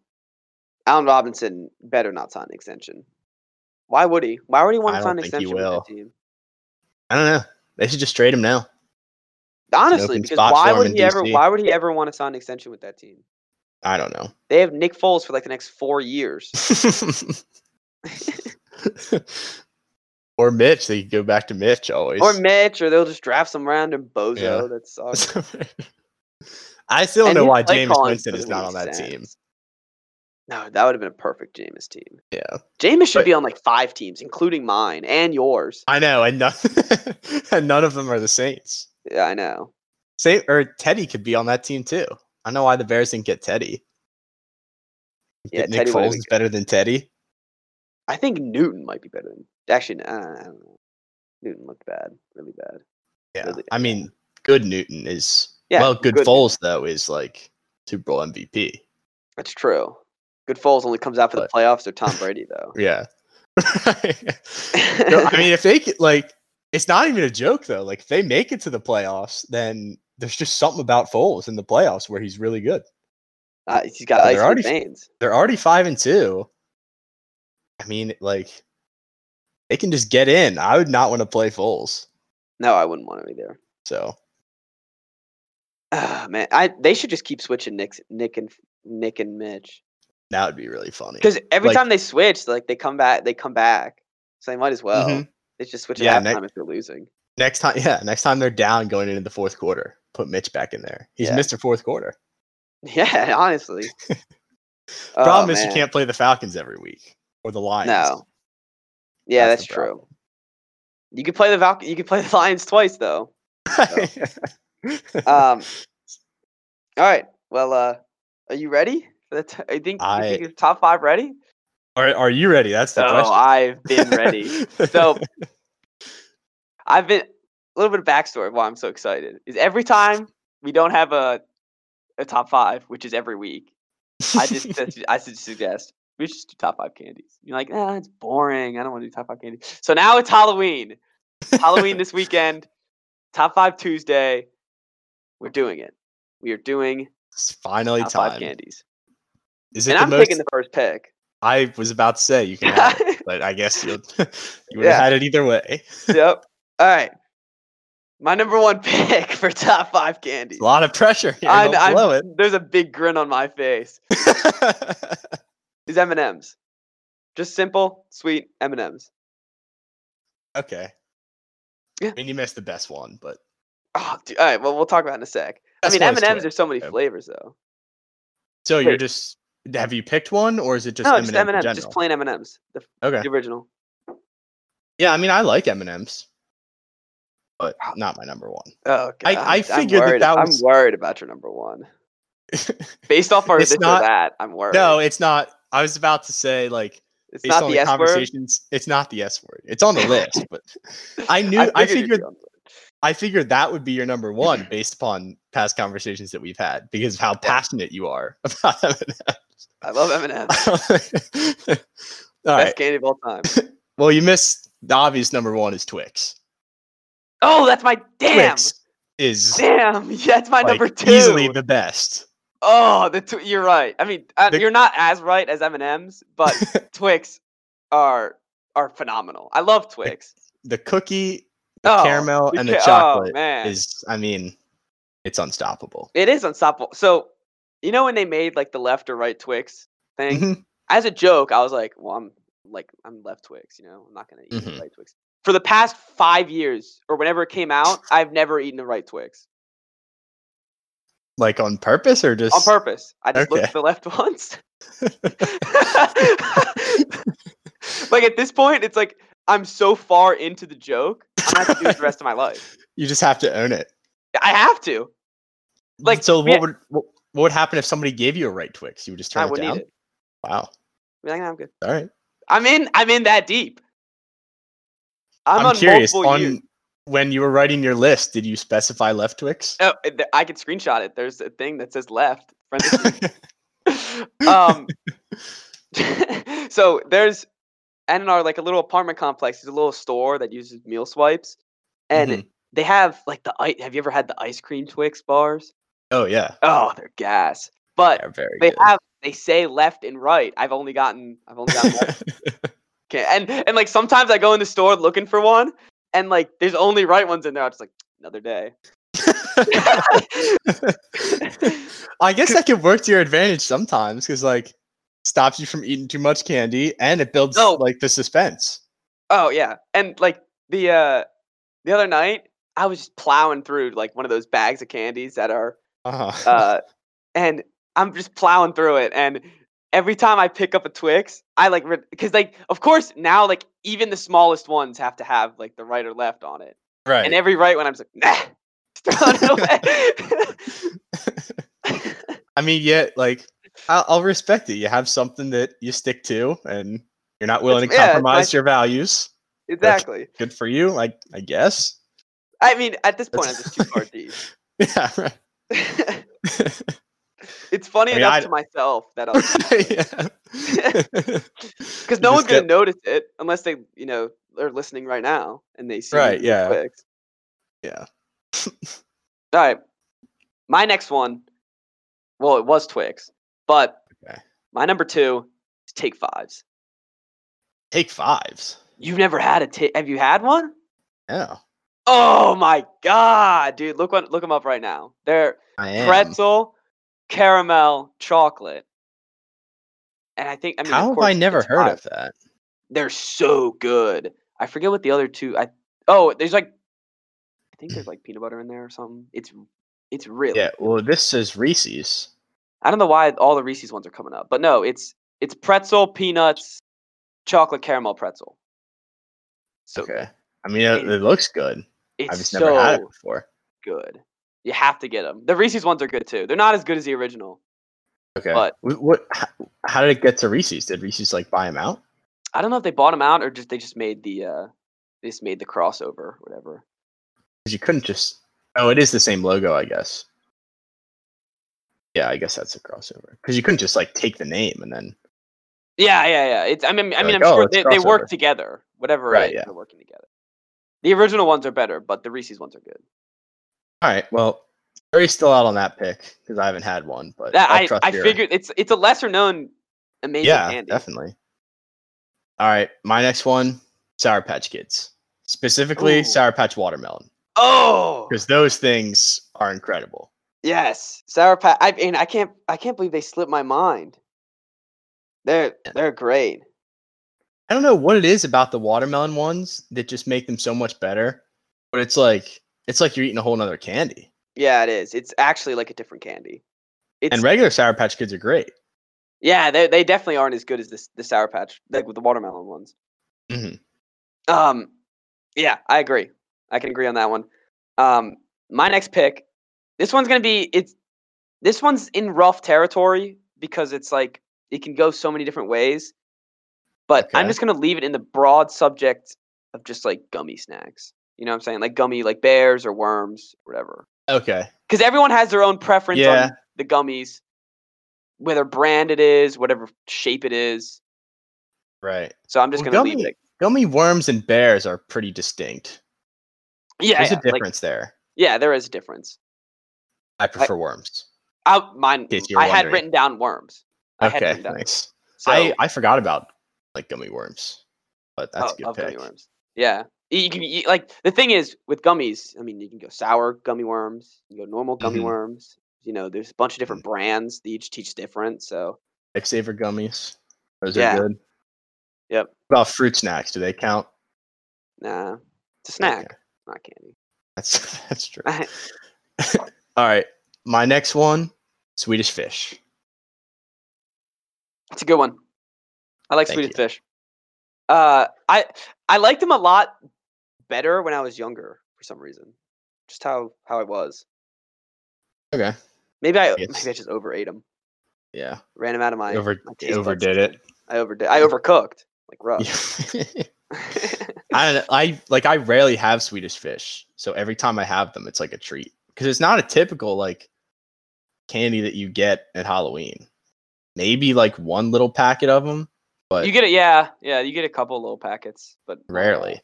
A: Allen Robinson better not sign an extension. Why would he? Why would he want
B: I
A: to sign an
B: don't think he
A: extension with
B: will.
A: that team?
B: I don't know. They should just trade him now.
A: Honestly,
B: open
A: because
B: spot
A: why
B: for him
A: would
B: in
A: he ever?
B: DC.
A: Why would he ever want to sign an extension with that team?
B: I don't know.
A: They have Nick Foles for like the next four years.
B: or Mitch. They could go back to Mitch always.
A: Or Mitch, or they'll just draft some random bozo.
B: Yeah.
A: That sucks.
B: I still don't
A: And
B: know
A: his
B: why
A: play
B: James
A: calling
B: Winston is
A: doesn't
B: not
A: make
B: on that
A: sense.
B: team.
A: No, that would have been a perfect Jameis team.
B: Yeah.
A: Jameis should
B: But-
A: be on like five teams, including mine and yours.
B: I know, and none, and none of them are the Saints.
A: Yeah, I know.
B: Same or Teddy could be on that team too. I don't know why the Bears didn't get Teddy.
A: Yeah,
B: Nick
A: Teddy would've
B: Foles
A: been
B: is better than Teddy.
A: I think Newton might be better than actually. no, I don't, I don't know. Newton looked bad, really bad.
B: Yeah,
A: Really-
B: I mean, good Newton is
A: Yeah,
B: well, good,
A: good-
B: Foles though is like Super Bowl MVP.
A: That's true. Good Foles only comes out for
B: But-
A: the playoffs. They're Tom Brady though.
B: Yeah. No, I mean, if they could, like, it's not even a joke though. Like, if they make it to the playoffs, then there's just something about Foles in the playoffs where he's really good.
A: Uh, he's got
B: They're
A: ice in
B: already-
A: his veins.
B: They're already five and two. I mean, like, they can just get in. I would not want to play Foles.
A: No, I wouldn't want to be there.
B: So
A: Ah, man, I they should just keep switching Nick, Nick and Nick and Mitch
B: that would be really funny.
A: because every
B: Like-
A: time they switch, like they come back, they come back. So they might as well.
B: Mhm.
A: They just switch
B: Yeah,
A: at
B: Nick-
A: halftime if they're losing.
B: Next time, yeah, next time they're down going into the fourth quarter, put Mitch back in there. He's
A: Yeah.
B: Mr. Fourth Quarter.
A: Yeah, honestly. Oh,
B: Problem is, you
A: man.
B: can't play the Falcons every week or the Lions.
A: No. Yeah,
B: That's
A: that's,
B: the
A: true. You could play the Val- You could play the Lions twice though. Um. all right. Well, uh, are you ready? For the t- I think you
B: I-
A: think the top five ready.
B: are, are you ready? That's the
A: So
B: question.
A: I've been ready. So I've been a little bit of backstory of why I'm so excited is every time we don't have a a top five, which is every week. I just sus- I should suggest we should just do top five candies. You're like, ah, it's boring. I don't want to do top five candies. So now it's Halloween. It's Halloween this weekend. Top five Tuesday. We're doing it. We are doing
B: it's finally
A: top five
B: time.
A: candies.
B: Is it
A: And
B: the
A: I'm
B: most?
A: picking the first pick.
B: I was about to say you can have it, but I guess you'll, you would have
A: Yeah.
B: had it either way.
A: yep. All right. My number one pick for top five candies.
B: A lot of pressure. Here.
A: I-
B: Don't
A: I'm-
B: blow it.
A: There's a big grin on my face. Is M and M's. Just simple, sweet M and M's.
B: okay.
A: Yeah.
B: I mean, you missed the best one, but
A: Oh, dude. all right. Well, we'll talk about it in a sec. I
B: That's
A: mean,
B: what
A: M
B: it's
A: and M's.
B: like,
A: There's so many
B: yeah.
A: flavors though.
B: so you're
A: Wait.
B: just have you picked one or is it just
A: no,
B: M&M's
A: just
B: in
A: M and M's. Just
B: general?
A: plain M and M's. The,
B: Okay.
A: the original.
B: Yeah, I mean, I like M and M's, but not my number one.
A: Oh, God,
B: I
A: I'm- I'm
B: figured that
A: worried-
B: that was-
A: I'm worried about your number one. Based off our
B: It's
A: this
B: not-
A: or that, I'm worried.
B: No, it's not. I was about to say like
A: it's
B: based
A: not
B: on
A: the,
B: the,
A: S word.
B: conversations, it's not the S word. It's on the list, but I knew I
A: it'd be
B: figured
A: on the-
B: I figured that would be your number one based upon past conversations that we've had because of how passionate you are about
A: I love M and M's.
B: M&M's. All
A: Best
B: right.
A: candy of all time.
B: Well, you missed the obvious number one is Twix.
A: Oh, that's my damn.
B: Twix is
A: Damn, yeah, it's my
B: like,
A: number two.
B: easily the best.
A: oh, the tw- you're right. I mean, uh,
B: The-
A: you're not as right as M and M's, but Twix are are phenomenal. I love Twix.
B: The cookie, the
A: Oh,
B: caramel,
A: You
B: and the
A: ca-
B: chocolate
A: Oh man,
B: is, I mean, it's unstoppable.
A: it is unstoppable. So you know when they made like the left or right Twix thing,
B: Mhm.
A: as a joke, I was like, well, I'm like I'm left Twix. You know, I'm not gonna eat the
B: Mhm.
A: right Twix. For the past five years, or whenever it came out, I've never eaten the right Twix
B: Like on purpose or just
A: on purpose. I just looked
B: Okay.
A: at the left once. like at this point, it's like I'm so far into the joke, I'm gonna have to do it the rest of my life.
B: You just have to own it.
A: I have to. Like,
B: so,
A: we-
B: what would what, what would happen if somebody gave you a right Twix? You would just turn
A: I
B: it
A: wouldn't
B: down.
A: eat it.
B: Wow.
A: Be like, "Nah, I'm good.
B: All right.
A: I'm in. I'm in that deep. I'm,
B: I'm,
A: on
B: curious
A: multiple
B: on
A: years.
B: when you were writing your list, did you specify left Twix?
A: Oh, uh, th- I could screenshot it. There's a thing that says left. parentheses. um, so there's, and in our like a little apartment complex, there's a little store that uses meal swipes, and
B: Mhm.
A: they have like the i. Have you ever had the ice cream Twix bars?
B: oh yeah,
A: Oh, they're gas. But
B: they're very
A: they
B: good.
A: have they say left and right. I've only gotten I've only gotten left. okay. And and like sometimes I go in the store looking for one and like there's only right ones in there. I'm just like another day.
B: I guess that could work to your advantage sometimes because like stops you from eating too much candy, and it builds
A: No.
B: like the suspense.
A: Oh yeah, and like the uh the other night, I was just plowing through like one of those bags of candies that are
B: Uh-huh.
A: uh, and I'm just plowing through it. And every time I pick up a Twix, I like because like of course now like even the smallest ones have to have like the right or left on it.
B: right.
A: And every right one, I'm just like nah, just throwing it away.
B: I mean, yet like I'll, I'll respect it. You have something that you stick to, and you're not willing to
A: yeah, it's
B: compromise
A: like-
B: your values.
A: exactly.
B: Good for you, like I guess.
A: I mean, at this point, I'm
B: That's-
A: just too far deep.
B: Yeah. Right.
A: it's funny
B: I mean,
A: enough
B: I-
A: to myself that I'll
B: yeah.
A: because no
B: You
A: one's
B: just
A: gonna
B: get-
A: notice it unless they you know are listening right now and they see
B: Right, yeah.
A: Twix.
B: Yeah.
A: All right. My next one, well, it was Twix, but
B: Okay.
A: my number two is Take Fives.
B: Take fives.
A: You've never had a Take? Have you had one?
B: Yeah.
A: Oh my god, dude! Look one, look them up right now. They're
B: I am.
A: pretzel, caramel, chocolate, and I think I mean. of
B: How have
A: course
B: I never
A: it's
B: heard
A: five.
B: of that?
A: They're so good. I forget what the other two. I oh, there's like, I think there's like peanut butter in there or something. It's it's really
B: Yeah. Well, this is Reese's.
A: I don't know why all the Reese's ones are coming up, but no, it's it's pretzel, peanuts, chocolate caramel pretzel. So
B: Okay. I mean, it,
A: It-
B: it looks good. I've
A: it's
B: just
A: so
B: never had it before.
A: good. You have to get them. The Reese's ones are good too. They're not as good as the original.
B: Okay.
A: but-
B: Wh- what? How, how did it get to Reese's? Did Reese's like buy them out?
A: I don't know if they bought them out or just they just made the uh they just made the crossover or whatever.
B: Because you couldn't just. Oh, it is the same logo, I guess. Yeah, I guess that's a crossover. Because you couldn't just like take the name and then.
A: Yeah, yeah, yeah. It's I mean I
B: They're
A: mean
B: like,
A: I'm
B: "Oh,
A: sure
B: it's
A: they, they work
B: crossover."
A: together. Whatever
B: Right,
A: it is,
B: yeah.
A: they're working together. The original ones are better, but the Reese's ones are good.
B: All right. Well, Jerry's still out on that pick because I haven't had one, but
A: That
B: I'll
A: I,
B: trust
A: I
B: your-
A: figured it's it's a lesser known amazing
B: Yeah,
A: candy.
B: definitely. All right, my next one: Sour Patch Kids, specifically
A: Ooh.
B: Sour Patch Watermelon,
A: Oh
B: because those things are incredible.
A: Yes, Sour Patch. I mean, I can't, I can't believe they slipped my mind. They're
B: Yeah.
A: they're great.
B: I don't know what it is about the watermelon ones that just make them so much better, but it's like it's like you're eating a whole nother candy.
A: Yeah, it is. It's actually like a different candy. It's
B: And regular Sour Patch Kids are great.
A: yeah, they they definitely aren't as good as this the Sour Patch like with the watermelon ones.
B: Mhm.
A: Um, yeah, I agree. I can agree on that one. Um, my next pick. This one's gonna be it's. This one's in rough territory because it's like it can go so many different ways. But I'm
B: Okay.
A: just gonna leave it in the broad subject of just like gummy snacks. You know what I'm saying? Like gummy, like bears or worms, whatever.
B: Okay.
A: Because everyone has their own preference
B: Yeah.
A: on the gummies, whether brand it is, whatever shape it is.
B: Right.
A: So I'm just
B: Well,
A: gonna
B: gummy,
A: leave it.
B: gummy worms and bears are pretty distinct.
A: Yeah,
B: There's
A: yeah,
B: a
A: like,
B: difference there.
A: yeah, there is a difference.
B: I prefer worms.
A: I mine.
B: case you're
A: I had
B: wondering.
A: written down worms. I had
B: Okay.
A: written down.
B: Nice.
A: So,
B: I, I forgot about like gummy worms, but that's
A: oh,
B: a
A: of
B: good
A: gummy
B: pick.
A: worms. Yeah, Y- you can you, like the thing is with gummies. I mean, you can go sour gummy worms. You can go normal gummy
B: Mhm.
A: worms. You know, there's a bunch of
B: Mm-hmm.
A: different brands. They each teach different. So
B: Lifesaver gummies. Those
A: Yeah.
B: are good.
A: Yep.
B: What about fruit snacks? Do they count?
A: nah, it's a snack,
B: Okay.
A: not candy.
B: That's that's true. All right. My next one, Swedish fish.
A: It's a good one. I like
B: Thank
A: Swedish
B: you.
A: fish. Uh, I I liked them a lot better when I was younger for some reason. Just how how I was.
B: Okay.
A: Maybe I maybe I
B: It's-
A: just overate them.
B: Yeah.
A: Ran them out of my.
B: Over
A: my taste buds
B: overdid
A: sometimes.
B: it.
A: I overdid. I overcooked. Like rough.
B: I don't know. I like I rarely have Swedish fish. So every time I have them, it's like a treat. Because it's not a typical like candy that you get at Halloween. Maybe like one little packet of them, but
A: you get it. Yeah, yeah. You get a couple little packets, but not a lot.
B: rarely.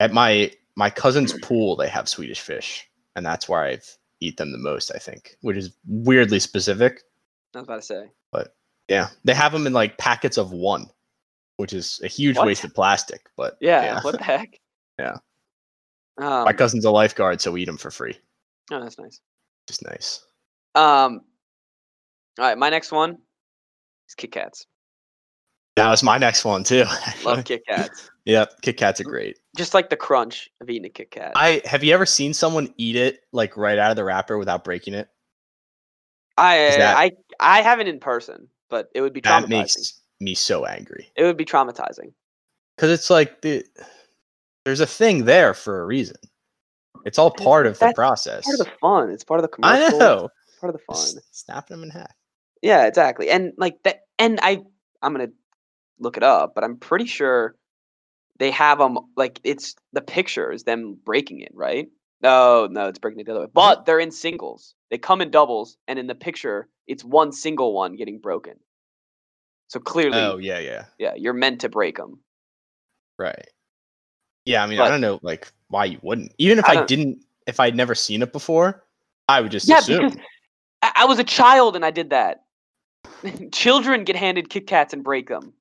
B: At my my cousin's pool, they have Swedish fish, and that's where I eat them the most. I think, which is weirdly specific.
A: I was about to say.
B: Yeah, they have them in like packets of one, which is a huge
A: What?
B: waste of plastic. But
A: Yeah. What the heck?
B: Yeah.
A: Um,
B: my cousin's a lifeguard, so we eat them for free.
A: oh, that's nice.
B: Just nice.
A: Um. All right, my next one is Kit Kats.
B: That was my next one too.
A: Love Kit Kats.
B: yep, Kit Kats are great.
A: Just like the crunch of eating a Kit Kat. I,
B: I have you ever seen someone eat it like right out of the wrapper without breaking it?
A: I,
B: is that-
A: I, I haven't in person, but it would be traumatizing.
B: That makes me so angry
A: it would be traumatizing.
B: because it's like the there's a thing there for a reason. It's all
A: Dude,
B: part of the
A: that's
B: process.
A: Part of the fun. It's part of the
B: I
A: commercial.
B: know.
A: It's part of the fun.
B: Just Snapping them in half.
A: Yeah, exactly. And like that and I I'm going to look it up, but I'm pretty sure they have them like it's the picture is them breaking it, right? No, no, it's breaking it the other way. But they're in singles. They come in doubles and in the picture it's one single one getting broken. So clearly,
B: Oh yeah, yeah,
A: yeah, you're meant to break them.
B: right. Yeah, I mean,
A: But-
B: I don't know, like why you wouldn't. Even if
A: I
B: I,
A: don't-
B: didn't, if I'd never seen it before, I would just
A: Yeah,
B: assume.
A: because I, I was a child and I did that. Children get handed Kit Kats and break them.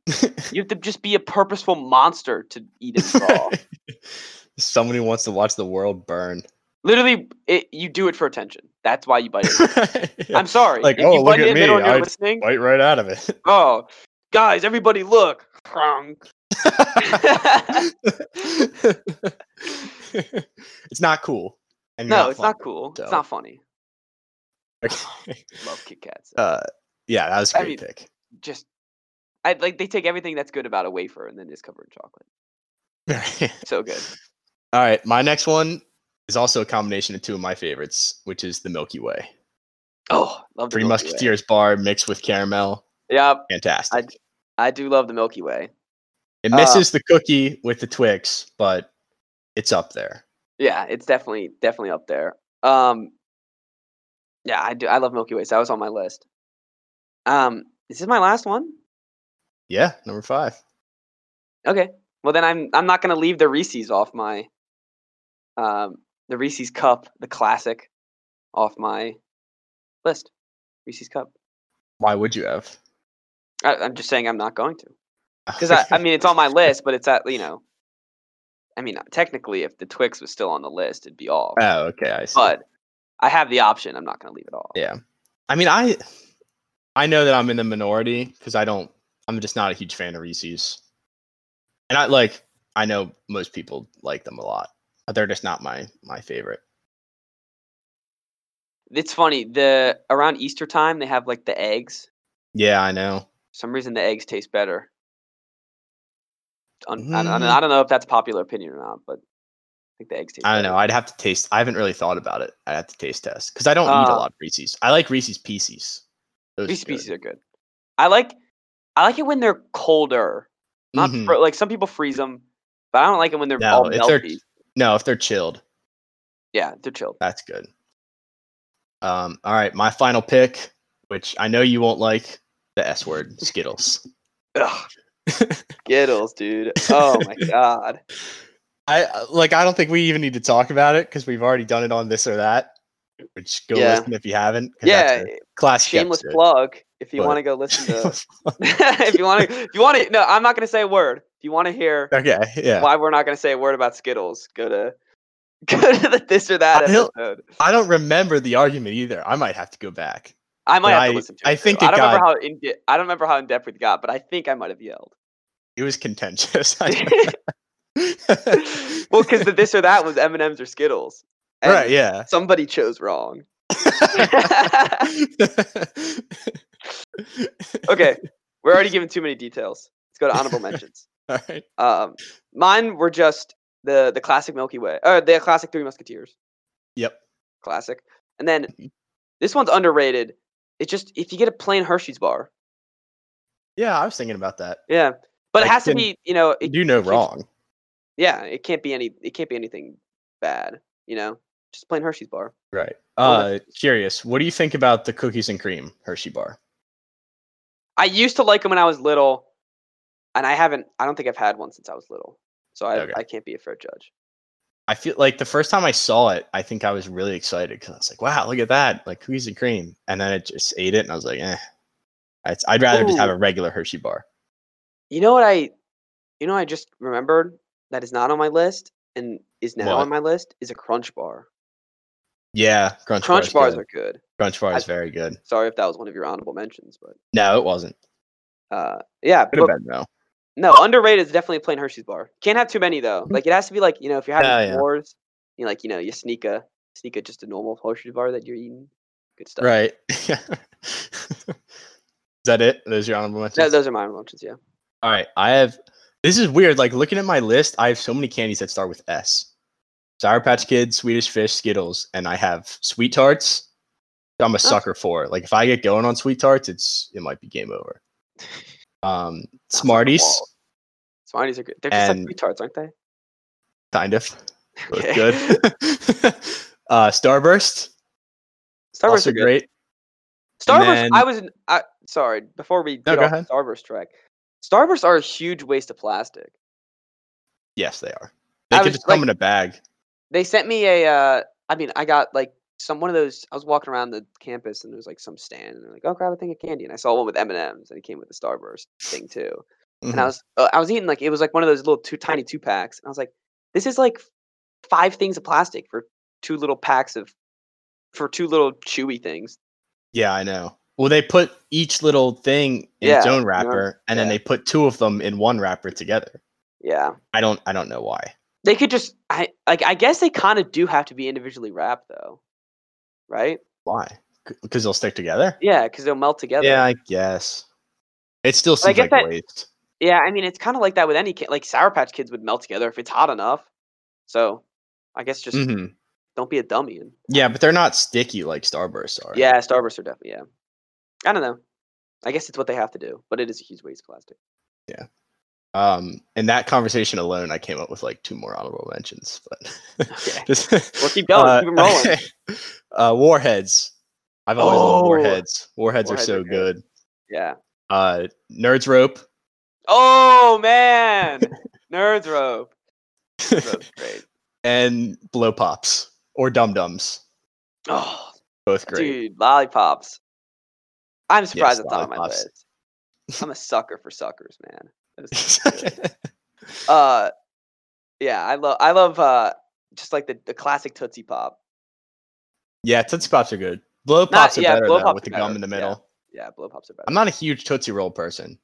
A: you have to just be a purposeful monster to eat it raw.
B: Someone who wants to watch the world burn.
A: Literally, it, you do it for attention. That's why you bite it. I'm sorry.
B: Like,
A: if
B: "Oh,
A: you
B: look
A: bite
B: at
A: in the middle
B: me,
A: and you're
B: I-
A: listening,
B: Bite right out of it.
A: oh, guys, everybody look. Krong.
B: it's not cool. And you're
A: no, it's not
B: funny.
A: cool.
B: so.
A: It's not funny.
B: Okay.
A: Love Kit Kats.
B: Uh, yeah, that was a
A: I
B: great
A: mean-
B: pick.
A: Just, I like they take everything that's good about a wafer and then just cover it in chocolate. So good.
B: All right, my next one is also a combination of two of my favorites, which is the Milky Way.
A: Oh, love the Milky
B: Three
A: Way.
B: Musketeers bar mixed with caramel.
A: Yep,
B: Fantastic.
A: I do love the Milky Way.
B: it
A: uh,
B: misses the cookie with the Twix, but it's up there.
A: Yeah, it's definitely definitely up there. Um, yeah, I do. I love Milky Way. So that was on my list. Um, is this my last one?
B: Yeah, number five.
A: Okay. Well, then I'm I'm not gonna leave the Reese's off my, um, the Reese's cup, the classic, off my list. Reese's cup.
B: Why would you have?
A: I, I'm just saying I'm not going to because I, I mean it's on my list, but it's at you know. I mean, technically, if the Twix was still on the list, it'd be off.
B: oh, okay, I see.
A: But I have the option. I'm not gonna leave it off.
B: Yeah. I mean, I I know that I'm in the minority because I don't I'm just not a huge fan of Reese's. And I like I know most people like them a lot. But they're just not my my favorite.
A: It's funny. The around Easter time they have like the eggs.
B: Yeah, I know.
A: For some reason the eggs taste better. Un- I, don't,
B: Mm.
A: I don't know if that's popular opinion or not, but I think the eggs taste.
B: I don't know.
A: better.
B: I'd have to taste I haven't really thought about it. I'd have to taste test because I don't eat a
A: Uh,
B: lot of Reese's. I like Reese's Pieces. Those are
A: These
B: good.
A: species are good. I like I like it when they're colder. Not
B: Mhm.
A: fro- like some people freeze them, but I don't like it when they're
B: No,
A: all
B: if they're-
A: melty.
B: No, if they're chilled,
A: Yeah, they're chilled.
B: that's good. Um, all right, my final pick, which I know you won't like, the S word, Skittles.
A: Ugh. Skittles, dude. Oh my god.
B: I uh, like. I don't think we even need to talk about it because we've already done it on this or that. Which go
A: Yeah.
B: listen if you haven't. 'cause that's
A: Yeah,
B: a classic
A: shameless
B: episode.
A: plug. If you
B: but-
A: want to go listen to if you want to, if you want to, no, I'm not going to say a word. If you want to hear
B: okay, yeah.
A: why we're not going to say a word about Skittles, go to go to the this or that
B: I don't-
A: episode.
B: I don't remember the argument either. I might have to go back.
A: I might
B: but
A: have
B: I-
A: to listen to it.
B: I think
A: too. I
B: it
A: don't remember how in de- I don't remember how in depth it got, but I think I might have yelled.
B: It was contentious. I-
A: well, because the this or that was M and M's or Skittles. and
B: right. Yeah.
A: Somebody chose wrong. okay, we're already giving too many details. Let's go to honorable mentions.
B: All right.
A: Um, mine were just the the classic Milky Way, or the classic Three Musketeers.
B: Yep.
A: classic. And then
B: Mm-hmm.
A: this one's underrated. It just if you get a plain Hershey's bar,
B: Yeah, I was thinking about that.
A: yeah, but it
B: Like,
A: has to
B: then-
A: be you know
B: You
A: it,
B: do no
A: it's-
B: wrong.
A: yeah it can't be any it can't be anything bad you know just plain Hershey's bar.
B: Right.
A: Well,
B: Uh, curious. What do you think about the cookies and cream Hershey bar?
A: I used to like them when I was little, and I haven't. I don't think I've had one since I was little, so I
B: Okay.
A: I can't be a fair judge.
B: I feel like the first time I saw it, I think I was really excited because I was like, "Wow, look at that! Like cookies and cream." And then it just ate it, and I was like, "Eh, I'd, I'd rather just have
A: Ooh.
B: a regular Hershey bar."
A: You know what I, you know what I just remembered that is not on my list and is now
B: What?
A: on my list is a Crunch bar.
B: Yeah, crunch,
A: Crunch
B: bar
A: bars
B: is good.
A: are good.
B: crunch bar is
A: I-
B: very good.
A: Sorry if that was one of your honorable mentions, but
B: No, it wasn't.
A: Uh, yeah,
B: Could have
A: but-
B: been though.
A: no, underrated is definitely plain Hershey's bar. Can't have too many though. Like it has to be like you know if you're having
B: Mm-hmm. Yeah, yeah.
A: wars, you like you know you sneak a sneak a just a normal Hershey's bar that you're eating. Good stuff.
B: Right. Is that it? Those are your honorable mentions.
A: No, those are my mentions. Yeah.
B: All right, I have. This is weird. Like looking at my list, I have so many candies that start with S: Sour Patch Kids, Swedish Fish, Skittles, and I have sweet tarts.
A: Oh.
B: that I'm a sucker for. Like if I get going on sweet tarts, it's it might be game over. Um,
A: the
B: Smarties,
A: wall. Smarties are good. They're just
B: And-
A: like retards, aren't they?
B: kind of, both
A: Okay.
B: good. uh, Starburst,
A: Starburst
B: also
A: are good.
B: great.
A: Starburst.
B: then-
A: I was. in- I, sorry. Before we get
B: go
A: off the
B: ahead.
A: Starburst track, Starburst are a huge waste of plastic.
B: Yes, they are.
A: I
B: They could
A: was,
B: just come
A: like-
B: in a bag.
A: they sent me a uh i mean i got like some one of those i was walking around the campus and there was like some stand and they're like oh grab a thing of candy and i saw one with m&ms and it came with the starburst thing too and i
B: Mhm.
A: was uh, i was eating like it was like one of those little two tiny two packs and i was like this is like five things of plastic for two little packs of for two little chewy things
B: Yeah, I know. Well, they put each little thing in its
A: Yeah,
B: own
A: know,
B: wrapper, and then
A: yeah.
B: they put two of them in one wrapper together.
A: yeah
B: I don't, I don't know why.
A: they could just i like i guess they kind of do have to be individually wrapped though right
B: Why? Because they'll stick together.
A: yeah because they'll melt together
B: Yeah, I guess. It still
A: But I
B: seems
A: guess
B: like
A: that-
B: waste.
A: Yeah, I mean it's kind of like that with any kid. Like Sour Patch Kids would melt together if it's hot enough. So I guess just
B: hmm
A: don't be a dummy. And
B: Yeah, but they're not sticky like Starbursts are.
A: yeah, Starburst are definitely yeah. I don't know. I guess it's what they have to do, but it is a huge waste of plastic.
B: Um, in that conversation alone, I came up with like two more honorable mentions, but
A: Okay.
B: just,
A: Well, keep going, keep 'em rolling.
B: uh, warheads. I've always
A: Oh.
B: loved warheads. warheads.
A: Warheads
B: are so
A: are good.
B: good.
A: Yeah.
B: Uh, Nerds rope.
A: Oh man, Nerds Rope. Nerds Rope's great.
B: and blow pops or dum dums.
A: Oh,
B: Both great.
A: dude, lollipops. I'm surprised it's not on my
B: lollipops.
A: list. I'm a sucker for suckers, man. Those things are good. uh yeah i love i love uh just like the, the classic tootsie pop
B: yeah, Tootsie Pops are good. Blow pops are
A: yeah,
B: better
A: Blow
B: though,
A: Pops
B: with
A: are
B: the gum
A: better,
B: in the
A: yeah.
B: middle.
A: yeah blow pops are better
B: I'm not a huge Tootsie Roll person.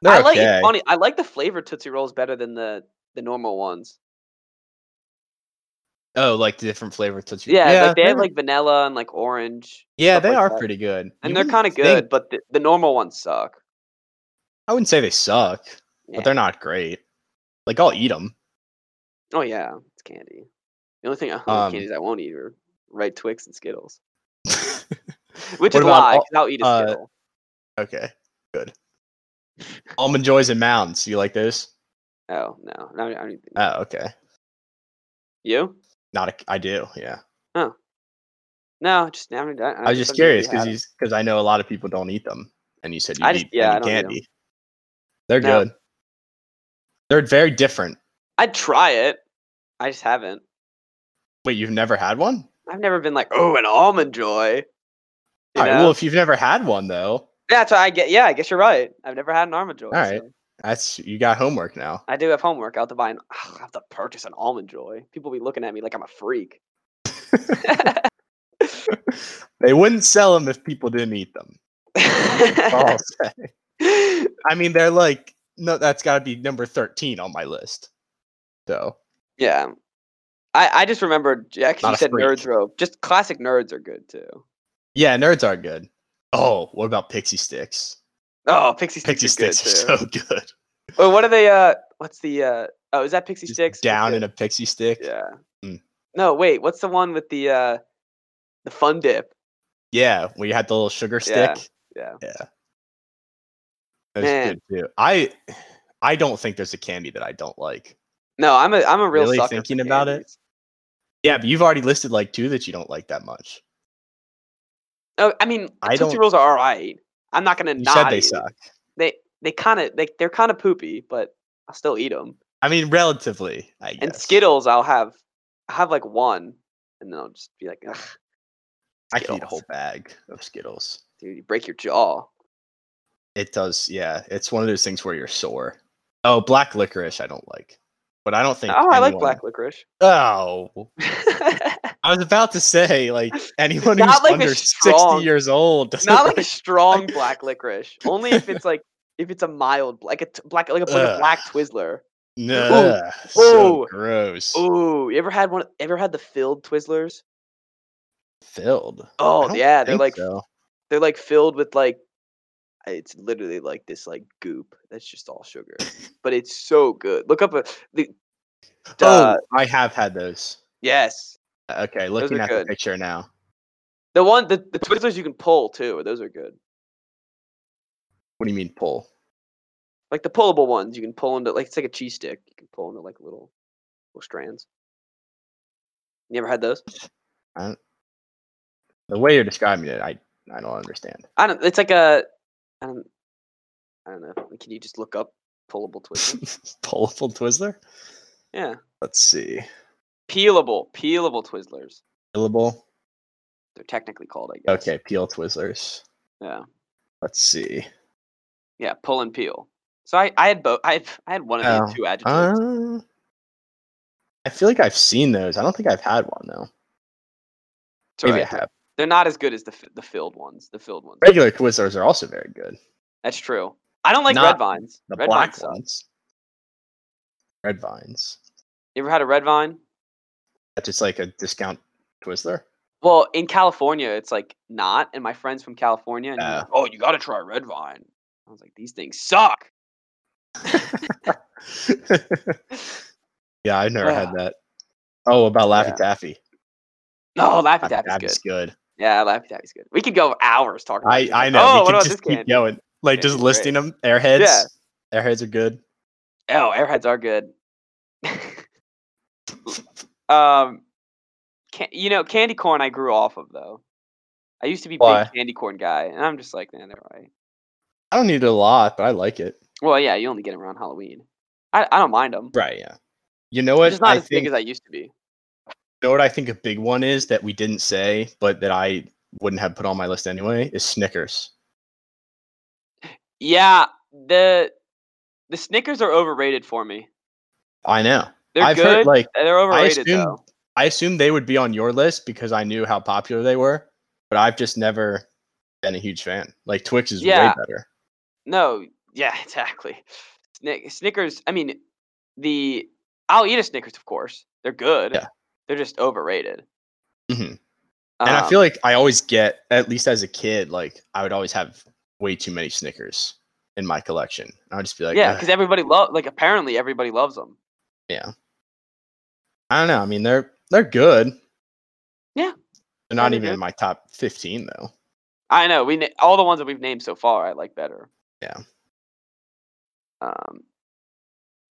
B: They're
A: i like
B: okay.
A: it's funny i like the flavored tootsie rolls better than the the normal ones
B: Oh, like the different flavor Tootsie
A: yeah, like they have
B: they're-
A: like vanilla and like orange
B: yeah,
A: stuff
B: they
A: like
B: are
A: that.
B: pretty good.
A: and
B: You
A: they're kind
B: wouldn't
A: of good
B: think-
A: but the, the normal ones suck
B: I wouldn't say they suck,
A: Yeah.
B: but they're not great. Like I'll eat them.
A: oh yeah it's candy the only thing i
B: Um,
A: candies i won't eat are red twix and skittles which
B: What
A: is a
B: about
A: lie
B: all-
A: 'cause i'll eat a
B: uh,
A: skittle
B: okay, good. Almond joys and mounds. You like those?
A: oh no no, I don't even-
B: Oh, okay.
A: you
B: Not a, I do. Yeah,
A: no just i, don't- I,
B: I was just
A: don't know if
B: curious
A: you
B: because
A: had 'em.
B: he's because I know a lot of people don't eat them, and you said you
A: I
B: eat
A: just- yeah, I
B: any
A: don't eat 'em.
B: candy. They're
A: No.
B: good. They're very different.
A: I'd try it. I just haven't.
B: Wait, you've never had one?
A: I've never been like, oh, an almond joy. You
B: All right.
A: know?
B: Well, if you've never had one though,
A: That's what I get. Yeah, I guess you're right. I've never had an almond joy.
B: Alright.
A: so
B: that's you got homework now.
A: I do have homework. I'll have to buy an. I have to purchase an almond joy. People be looking at me like I'm a freak.
B: They wouldn't sell them if people didn't eat them. I'll say. I mean, they're like no, that's got to be number thirteen on my list. So
A: yeah. I, I just remembered, yeah, 'cause
B: Not
A: you
B: a
A: said nerds
B: freak.
A: rope. Just classic nerds are good too.
B: yeah, nerds are good. Oh, what about pixie sticks?
A: Oh, pixie sticks
B: Pixie
A: is
B: sticks
A: good too.
B: are so good.
A: Well, what are they? Uh, what's the? Uh, oh, is that pixie
B: Just
A: sticks?
B: down
A: in
B: in a pixie stick.
A: Yeah.
B: Mm.
A: No, wait. What's the one with the uh the fun dip?
B: Yeah, where you had the little sugar
A: Yeah,
B: stick.
A: yeah.
B: Yeah. That's
A: Man.
B: good too. I I don't think there's a candy that I don't like.
A: No, I'm a I'm a real
B: Really
A: sucker for
B: thinking about it?
A: candies.
B: Yeah, but you've already listed like two that you don't like that much.
A: Oh, I mean,
B: I
A: Tootsie
B: don't-
A: Rolls are all right. I'm not gonna
B: You
A: not.
B: said they
A: eat 'em.
B: suck.
A: They they kind of they they're kind of poopy, but I'll still eat them.
B: I mean, relatively, I guess.
A: And Skittles, I'll have I have like one, and then I'll just be like, Ugh,
B: I could eat a whole
A: Skittles.
B: bag of Skittles.
A: dude, you break your jaw.
B: It does, yeah. It's one of those things where you're sore. Oh, black licorice, I don't like. But I don't think.
A: oh, I like
B: anyone-
A: black licorice.
B: Oh, I was about to say, like anyone who's
A: Not like a
B: under
A: strong-
B: sixty years old doesn't
A: Not like a
B: like-
A: strong black licorice. Only if it's like if it's a mild, like a t- black, like a, like a
B: Ugh.
A: black Twizzler.
B: no, so
A: ooh.
B: gross.
A: Ooh, you ever had one? Ever had the filled Twizzlers?
B: Filled. I
A: Oh
B: don't
A: yeah, they're
B: think
A: like
B: so.
A: they're like filled with like it's literally like this like goop that's just all sugar, but it's so good. Look up a the, uh,
B: oh, I have had those. Uh,
A: yes
B: Okay, looking
A: are
B: at
A: good.
B: the picture now.
A: the one the, the Twizzlers you can pull too. Those are good.
B: What do you mean pull?
A: Like the pullable ones you can pull into like it's like a cheese stick you can pull into like little little strands. You ever had those?
B: The way you're describing it, I I don't understand.
A: I don't. It's like a I don't I don't know. Can you just look up pullable Twizzler?
B: Pullable Twizzler.
A: yeah,
B: Let's see.
A: peelable peelable Twizzlers.
B: Peelable.
A: They're technically called, I guess.
B: Okay, peel Twizzlers.
A: Yeah.
B: Let's see.
A: Yeah, pull and peel. So I, I had both. I, had- I had one of
B: Oh,
A: these two adjectives.
B: Uh, I feel like I've seen those. I don't think I've had one though.
A: Sorry,
B: Maybe I
A: I-
B: have.
A: They're not as good as the f- the filled ones. The filled ones.
B: Regular Twizzlers are also very good.
A: That's true. I don't like red
B: Not
A: vines.
B: The
A: red
B: black
A: vines suck.
B: ones. Red vines.
A: You ever had a red vine?
B: That's just like a discount Twizzler.
A: Well, in California, it's like not. And my friends from California, and he was
B: Uh.
A: like, oh, you got to try red vine. I was like, these things suck.
B: yeah, I've never
A: Ah.
B: had that. Oh, about Laffy
A: Yeah.
B: Taffy.
A: No, Oh, Laffy
B: Laffy
A: Taffy's
B: Taffy's
A: good.
B: good.
A: Yeah, Laffy Taffy's good. We could go hours talking. about
B: I
A: these.
B: I
A: Like,
B: know.
A: Oh,
B: we
A: what
B: can
A: about
B: just
A: this
B: keep
A: can?
B: going. Like
A: Yeah,
B: just
A: great.
B: listing them. Airheads. Airheads are good.
A: Oh, airheads are good. um, can, you know, candy corn I grew off of though. I used to be
B: Why?
A: big candy corn guy, and I'm just like, nah, they're right.
B: I don't need it a lot, but I like it.
A: Well, yeah, you only get 'em around Halloween. I, I don't mind them.
B: Right. Yeah. You know
A: But
B: what?
A: just not
B: I
A: as
B: think
A: big as I used to be.
B: You know what I think a big one is that we didn't say, but that I wouldn't have put on my list anyway is Snickers.
A: Yeah, the the Snickers are overrated for me.
B: I know.
A: They're
B: I've
A: good.
B: heard like
A: they're overrated
B: assumed-
A: though.
B: I assumed they would be on your list because I knew how popular they were, but I've just never been a huge fan. Like Twix is
A: Yeah.
B: way better.
A: No, yeah, exactly. Snick, Snickers. I mean, the I'll eat a Snickers, of course. They're good.
B: Yeah.
A: They're just overrated. Um,
B: Mhm. and I feel like I always get, at least as a kid, like I would always have way too many Snickers in my collection. I would just be like, uh,
A: yeah,
B: "Ugh."
A: because everybody love like apparently everybody loves them.
B: I don't know. I mean, they're they're good.
A: Yeah.
B: They're not
A: they're
B: even
A: good.
B: in my top fifteen though.
A: I know we na- all the ones that we've named so far I like better.
B: Yeah.
A: Um.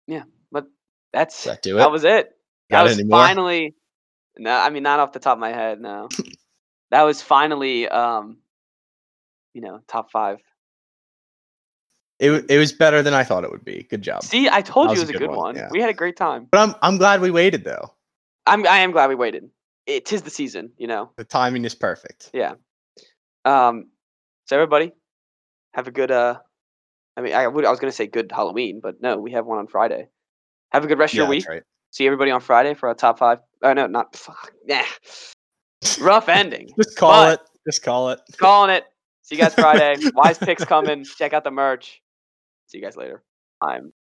A: Yeah, but that's
B: Does that do it?
A: that was it. that
B: Got it
A: was
B: anymore?
A: finally. No, I mean not off the top of my head. No, that was finally. Um. You know, top five.
B: It, w- it was better than I thought it would be. Good job.
A: See, I told
B: That
A: you it
B: was
A: was a good one.
B: yeah.
A: We had a great time.
B: But I'm I'm glad we waited though.
A: I'm I am glad we waited. It tis the season, you know.
B: The timing is perfect.
A: Um, so everybody, have a good. Uh, I mean, I would I was gonna say good Halloween, but no, we have one on Friday. Have a good rest of
B: Yeah,
A: your week.
B: that's right.
A: See everybody on Friday for our top five. Oh no, not fuck. Nah, rough ending.
B: Just call
A: But-
B: it. Just call it.
A: Calling it. See you guys Friday. Wise picks coming. Check out the merch. See you guys later. I'm